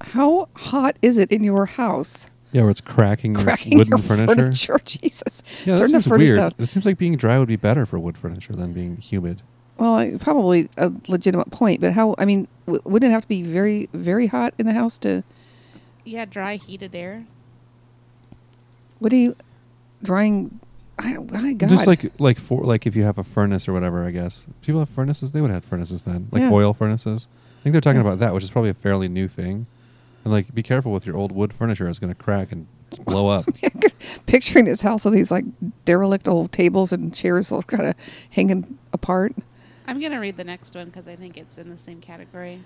B: How hot is it in your house?
A: Yeah, where it's cracking, your
B: Cracking
A: Mm, wooden
B: your furniture? Jesus.
A: Yeah, that
B: Turn the
A: seems
B: furnace
A: weird.
B: down.
A: It seems like being dry would be better for wood furniture than being humid.
B: Well, I- probably a legitimate point, but how? I mean, w- wouldn't it have to be very, very hot in the house to?
C: Yeah, dry heated air.
B: What do you drying? I, my God.
A: Just like like for like if you have a furnace or whatever, I guess people have furnaces. They would have furnaces then, like
B: Yeah.
A: oil furnaces. I think they're talking
B: Yeah.
A: about that, which is probably a fairly new thing. And like, be careful with your old wood furniture; it's going to crack and blow up.
B: picturing this house with these like derelict old tables and chairs all kind of hanging apart.
C: I'm going to read the next one because I think it's in the same category.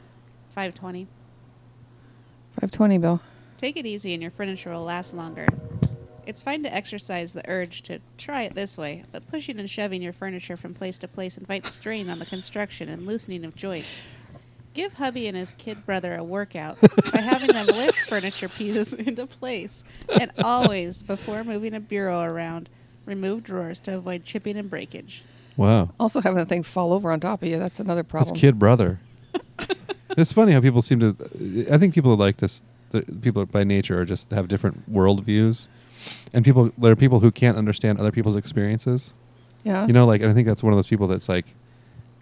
C: 520.
B: Five twenty, Bill.
C: Take it easy and your furniture will last longer. It's fine to exercise the urge to try it this way, but pushing and shoving your furniture from place to place invites strain on the construction and loosening of joints. Give hubby and his kid brother a workout by having them lift furniture pieces into place. And always, before moving a bureau around, remove drawers to avoid chipping and breakage.
A: Wow,
B: Also having the thing fall over on top of you—that's another
A: that's
B: problem.
A: kid brother. it's funny how people seem to. I think people are like this. the- People by nature are just have different worldviews, and people there are people who can't understand other people's experiences.
B: Yeah.
A: You know, like, and I think that's one of those people that's like,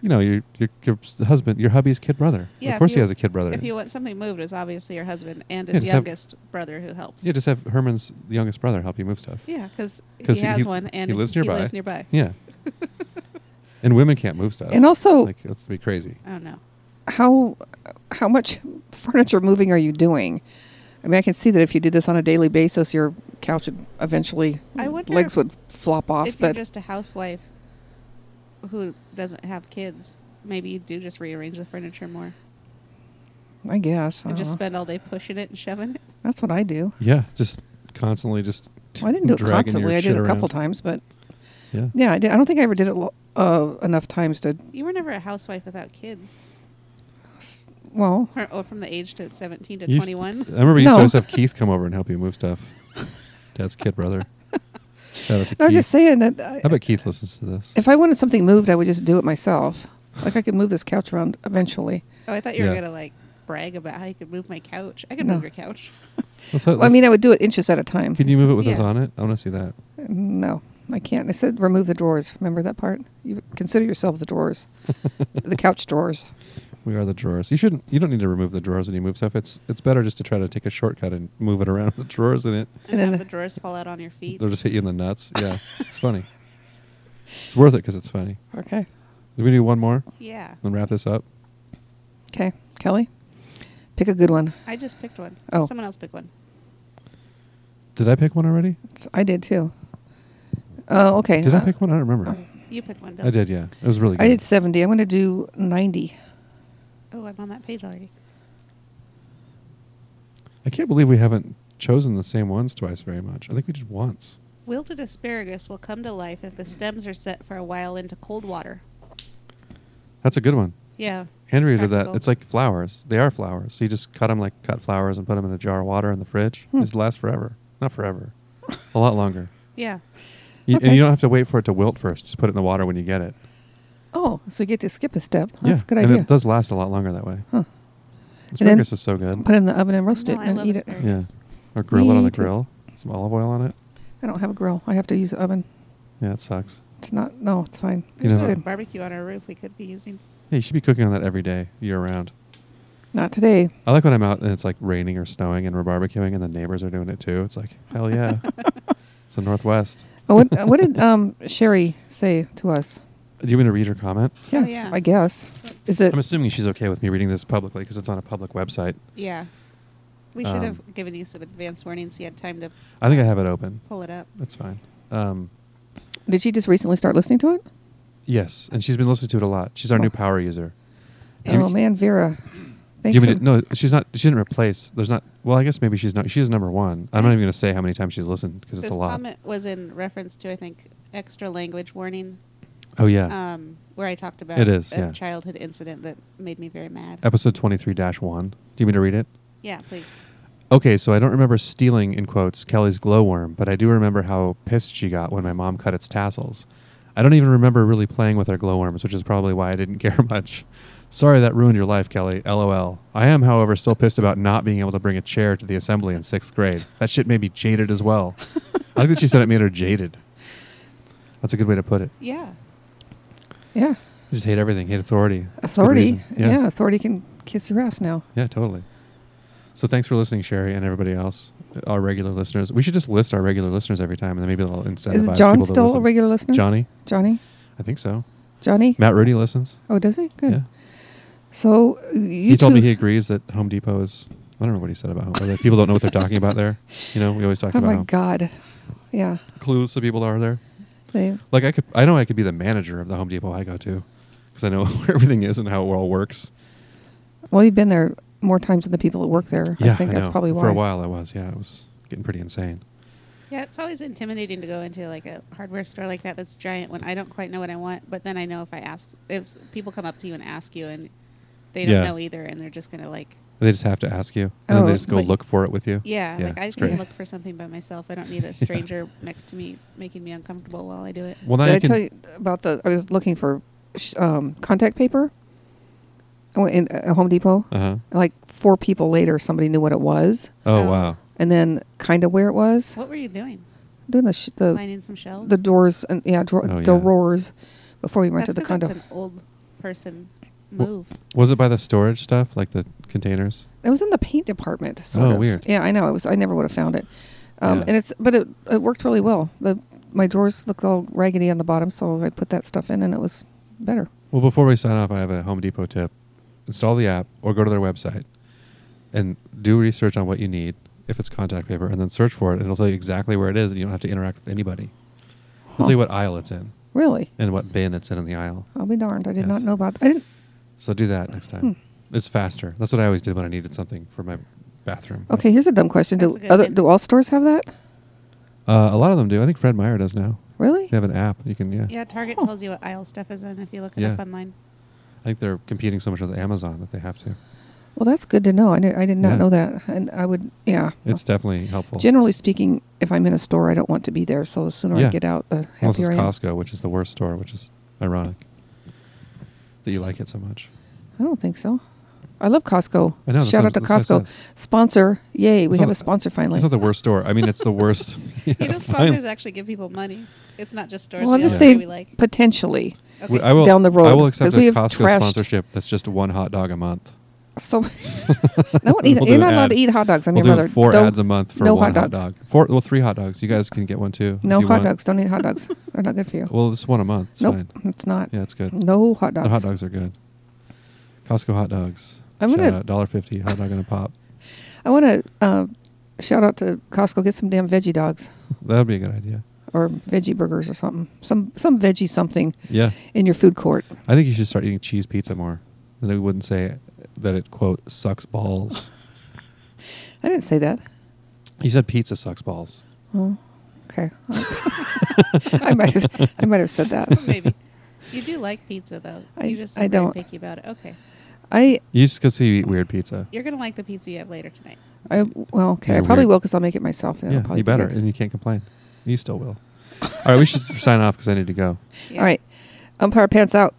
A: you know, your your, your s- husband, your hubby's kid brother.
C: if
A: of course,
C: you-
A: he has a kid brother.
C: If you want something moved, it's obviously your husband and
A: Yeah,
C: his
A: just have-
C: youngest brother who helps.
A: yeah, just have Herman's youngest brother help you move stuff.
C: Yeah, because he
A: 'Cause
C: has one and
A: he lives nearby.
C: He lives nearby.
A: Yeah. and women can't move stuff.
B: And also,
A: like, that's be crazy.
C: Oh no.
B: how how much furniture moving are you doing? I mean, I can see that if you did this on a daily basis, your couch would eventually
C: I wonder
B: legs would flop off.
C: if you're
B: but
C: just a housewife who doesn't have kids, maybe you do just rearrange the furniture more
B: I guess I
C: and just
B: don't know.
C: spend all day pushing it and shoving it.
B: that's what I do.
A: Yeah, just constantly just.
B: Well, I didn't do it
A: dragging your
B: constantly. I did
A: shit
B: it a couple
A: around.
B: times, but
A: Yeah.
B: yeah, I did. I don't think I ever did it lo- uh, enough times to.
C: You were never a housewife without kids,
B: Well,
C: or, or from the age to 17 to
A: You used-
C: 21.
A: I remember you used
B: No.
A: to always have Keith come over and help you move stuff. Dad's kid brother. Shout out to
B: no, I'm
A: Keith.
B: just saying that. I,
A: I bet Keith listens to this.
B: if I wanted something moved, I would just do it myself. Like I could move this couch around eventually.
C: oh, I thought you were
A: Yeah.
C: gonna like brag about how you could move my couch. I could
B: No.
C: move your couch.
A: Let's let-
B: Well, I mean, I
A: let's-
B: would do it inches at a time.
A: can you move it with us
C: Yeah.
A: on it? I want to see that.
B: No, I can't. I said remove the drawers. Remember that part? You consider yourself the drawers, the couch drawers.
A: We are the drawers. You shouldn't. You don't need to remove the drawers when you move stuff. It's it's better just to try to take a shortcut and move it around with the drawers in it.
C: And
B: And then
C: have
B: the-
C: the drawers fall out on your feet.
A: They'll just hit you in the nuts. Yeah, it's funny. It's worth it because it's funny.
B: Okay.
A: Do we do one more
C: Yeah,
A: and wrap this up?
B: Okay, Kelly, pick a good one.
C: I just picked one.
B: Oh.
C: someone else picked one.
A: Did I pick one already?
B: It's- I did too. Oh, okay.
A: Did I
B: Uh,
A: pick one? I don't remember.
C: You picked one. Bill.
A: I did. Yeah, it was really good.
B: I did seventy. I'm going to do ninety.
C: Oh, I'm on that page already.
A: I can't believe we haven't chosen the same ones twice very much. I think we did once.
C: Wilted asparagus will come to life if the stems are set for a while into cold water.
A: That's a good one.
C: Yeah.
A: Andrea
C: it's
A: did that.
C: practical.
A: It's like flowers. They are flowers. So you just cut them like cut flowers and put them in a jar of water in the fridge.
B: Hmm.
A: These last forever. Not forever. a lot longer.
C: Yeah.
A: You,
B: Okay.
A: And you don't have to wait for it to wilt first. Just put it in the water when you get it.
B: Oh, so you get to skip a step. That's a good
A: and
B: idea.
A: it does last a lot longer that way.
B: Huh. then-
A: Asparagus is so good.
B: Put it in the oven and roast
C: No,
B: it
C: I
B: and
C: love
B: eat it.
A: yeah,
C: asparagus.
A: or grill it on
B: Me
A: the
B: too.
A: grill. Some olive oil on it.
B: I don't have a grill. I have to use the oven.
A: Yeah, it sucks.
B: It's not. No, it's fine.
A: You
B: it's
A: know- uh,
C: There's a
B: good.
C: barbecue on our roof we could be using.
A: Yeah, you should be cooking on that every day, year round.
B: Not today.
A: I like when I'm out and it's like raining or snowing and we're barbecuing and the neighbors are doing it too. It's like hell yeah. it's the Northwest.
B: Oh, what, uh, what did um, Sherry say to us?
A: Do you want me to read her comment?
C: Oh, yeah.
B: I guess. Is it?
A: I'm assuming she's okay with me reading this publicly because it's on a public website.
C: Yeah. We should
A: Um,
C: have given you some advance warning so you had time to
A: I think I have it open.
C: pull it up.
A: That's fine. Um,
B: Did she just recently start listening to it?
A: yes, and she's been listening to it a lot. She's our
B: Oh.
A: new power user. Do you-
B: oh man, Vera.
A: Do
B: Thanks.
A: you mean
B: for-
A: to- no, she's not. She didn't replace. There's not. Well, I guess maybe she's not. She's number one. I'm not even going to say how many times she's listened because it's
C: This
A: a lot.
C: comment was in reference to, I think, extra language warning.
A: oh yeah.
C: Um, where I talked about
A: It is,
C: a
A: yeah.
C: childhood incident that made me very mad.
A: Episode 23 1. Do you mean to read it?
C: yeah, please.
A: Okay, so I don't remember stealing, in quotes, Kelly's glowworm, but I do remember how pissed she got when my mom cut its tassels. I don't even remember really playing with our glowworms, which is probably why I didn't care much. Sorry that ruined your life, Kelly. LOL. I am, however, still pissed about not being able to bring a chair to the assembly in sixth grade. That shit made me jaded as well. I like that she said it made her jaded. That's a good way to put it.
C: Yeah.
B: Yeah.
A: You just hate everything, hate authority. It's good
B: Authority.
A: reason.
B: Yeah. Authority can kiss your ass now.
A: Yeah, totally. So thanks for listening, Sherry, and everybody else, our regular listeners. We should just list our regular listeners every time, and then maybe that'll incentivize
B: Is John
A: people to
B: still a
A: listen.
B: regular listener?
A: Johnny,
B: Johnny?
A: I think so.
B: Johnny?
A: Matt Rudy listens.
B: Oh, does he? Good.
A: Yeah,
B: So uh, you
A: he told me
B: two-
A: he agrees that Home Depot is. I don't remember what he said about Home. Depot. people don't know what they're talking about there. You know, we always talk
B: Oh
A: about
B: my
A: how
B: God. Yeah.
A: clueless the people are there.
B: They,
A: Like I could, I know I could be the manager of the Home Depot I go to, because I know where everything is and how it all works.
B: well, you've been there more times than the people that work there.
A: yeah,
B: I think that's
A: know.
B: probably why.
A: For a while, I was. Yeah, it was getting pretty insane.
C: Yeah, it's always intimidating to go into like a hardware store like that that's giant when I don't quite know what I want, but then I know if I ask if s- people come up to you and ask you and they don't
A: Yeah.
C: know either and they're just going to like
A: They just have to ask you, and then
B: Oh,
A: they just go
C: but-
A: look for it with you.
C: yeah, like I
A: it's
C: can
A: great.
C: look for something by myself. I don't need a stranger next to me making me uncomfortable while I do it.
A: Well, now
B: Did
A: you
B: I
A: can.
B: tell you about the? I was looking for sh- um, contact paper. I went in a Home Depot.
A: uh-huh.
B: Like four people later, somebody knew what it was,
A: Oh
C: Oh.
A: wow.
B: and then kind of where it was.
C: What were you doing?
B: Doing the sh- the
C: Finding some shelves?
B: the doors and yeah, drawer
A: Oh, yeah.
B: drawers before we
C: That's
B: rented the
C: 'cause
B: condo.
C: That's an old person
A: Well,
C: move.
A: Was it by the storage stuff, like the containers?
B: It was in the paint department. Sort
A: Oh,
B: of.
A: weird.
B: Yeah, I know. It was. I never would have found it. Um,
A: Yeah.
B: And it's, but it, it worked really well. The my drawers looked all raggedy on the bottom, so I put that stuff in, and it was better.
A: Well, before we sign off, I have a Home Depot tip: install the app or go to their website and do research on what you need if it's contact paper, and then search for it, and it'll tell you exactly where it is, and you don't have to interact with anybody. It'll tell you what aisle it's in
B: Really,
A: and what bin it's in in the aisle.
B: I'll be darned. I did not
A: Yes.
B: know about. I didn't.
A: So do that next time.
C: Hmm.
A: It's faster. That's what I always did when I needed something for my bathroom.
B: Okay, here's a dumb question.
C: That's
B: Do
C: a good
B: other
C: hint.
B: do all stores have that?
A: Uh, a lot of them do. I think Fred Meyer does now.
B: Really?
A: They have an app. You can yeah.
C: Yeah, Target
B: Huh.
C: tells you what aisle stuff is in if you look it
A: Yeah.
C: up online.
A: I think they're competing so much with Amazon that they have to.
B: Well, that's good to know. I did, I did not
A: Yeah.
B: know that, and I would yeah.
A: It's definitely helpful.
B: Generally speaking, if I'm in a store, I don't want to be there. So the sooner
A: Yeah.
B: I get out, the
A: Unless
B: happier
A: it's
B: I am.
A: Costco, which is the worst store, which is ironic that you like it so much.
B: I don't think so. I love Costco.
A: I know, that's
B: Shout
A: what-
B: out to
A: that's what I
B: Costco.
A: said.
B: Sponsor. Yay, we
A: It's
B: have
A: not
B: a
A: the-
B: sponsor finally.
A: It's not the worst store. I mean, it's the worst. Yeah,
C: you know,
A: fine.
C: sponsors actually give people money. It's not just stores.
B: well, I'm
C: we
B: just
C: like,
B: saying
C: we like.
B: potentially.
A: We-
C: Okay.
A: I will,
B: down the
A: I
B: road,
A: will accept
B: 'cause
A: a
B: we have
A: Costco
B: trashed-
A: sponsorship that's just one hot dog a month.
B: So no one eat,
A: We'll do
B: you're
A: an
B: not allowed
A: ad.
B: to eat hot dogs. I'm
A: we'll
B: your
A: do
B: mother.
A: four
B: Don't-
A: ads a month for
B: no
A: one
B: hot dogs.
A: dog. Four, well, three hot dogs. You guys can get one too. if
B: No
A: you
B: hot
A: want.
B: dogs. Don't eat hot dogs. They're not good for you.
A: Well, it's one a month. It's
B: nope,
A: fine.
B: it's not.
A: Yeah, it's good.
B: No hot
A: The
B: dogs.
A: hot dogs are good. Costco hot dogs.
B: I'm
A: Shout
B: gonna-
A: out dollar fifty hot dog and a pop.
B: I want to uh, shout out to Costco. Get some damn veggie dogs
A: That would be a good idea.
B: or veggie burgers or something. Some some veggie something
A: Yeah.
B: in your food court.
A: I think you should start eating cheese pizza more. Then we wouldn't say that it quote sucks balls.
B: I didn't say that.
A: you said pizza sucks balls.
B: Oh, okay. I might have I might have said that.
C: Maybe. You do like pizza, though.
B: uh, I-
C: you just
B: I
C: are very
B: don't.
C: picky about it. Okay.
B: I
A: You just could see you eat weird pizza.
C: You're going to like the pizza you have later tonight.
B: I well okay.
A: You're
B: I probably
A: weird.
B: will because I'll make it myself. and it'll
A: yeah,
B: probably
A: you
B: be
A: better,
B: good.
A: and you can't complain. You still will. All right, we should sign off because I need to go.
C: Yeah.
B: All right, umpire pants out.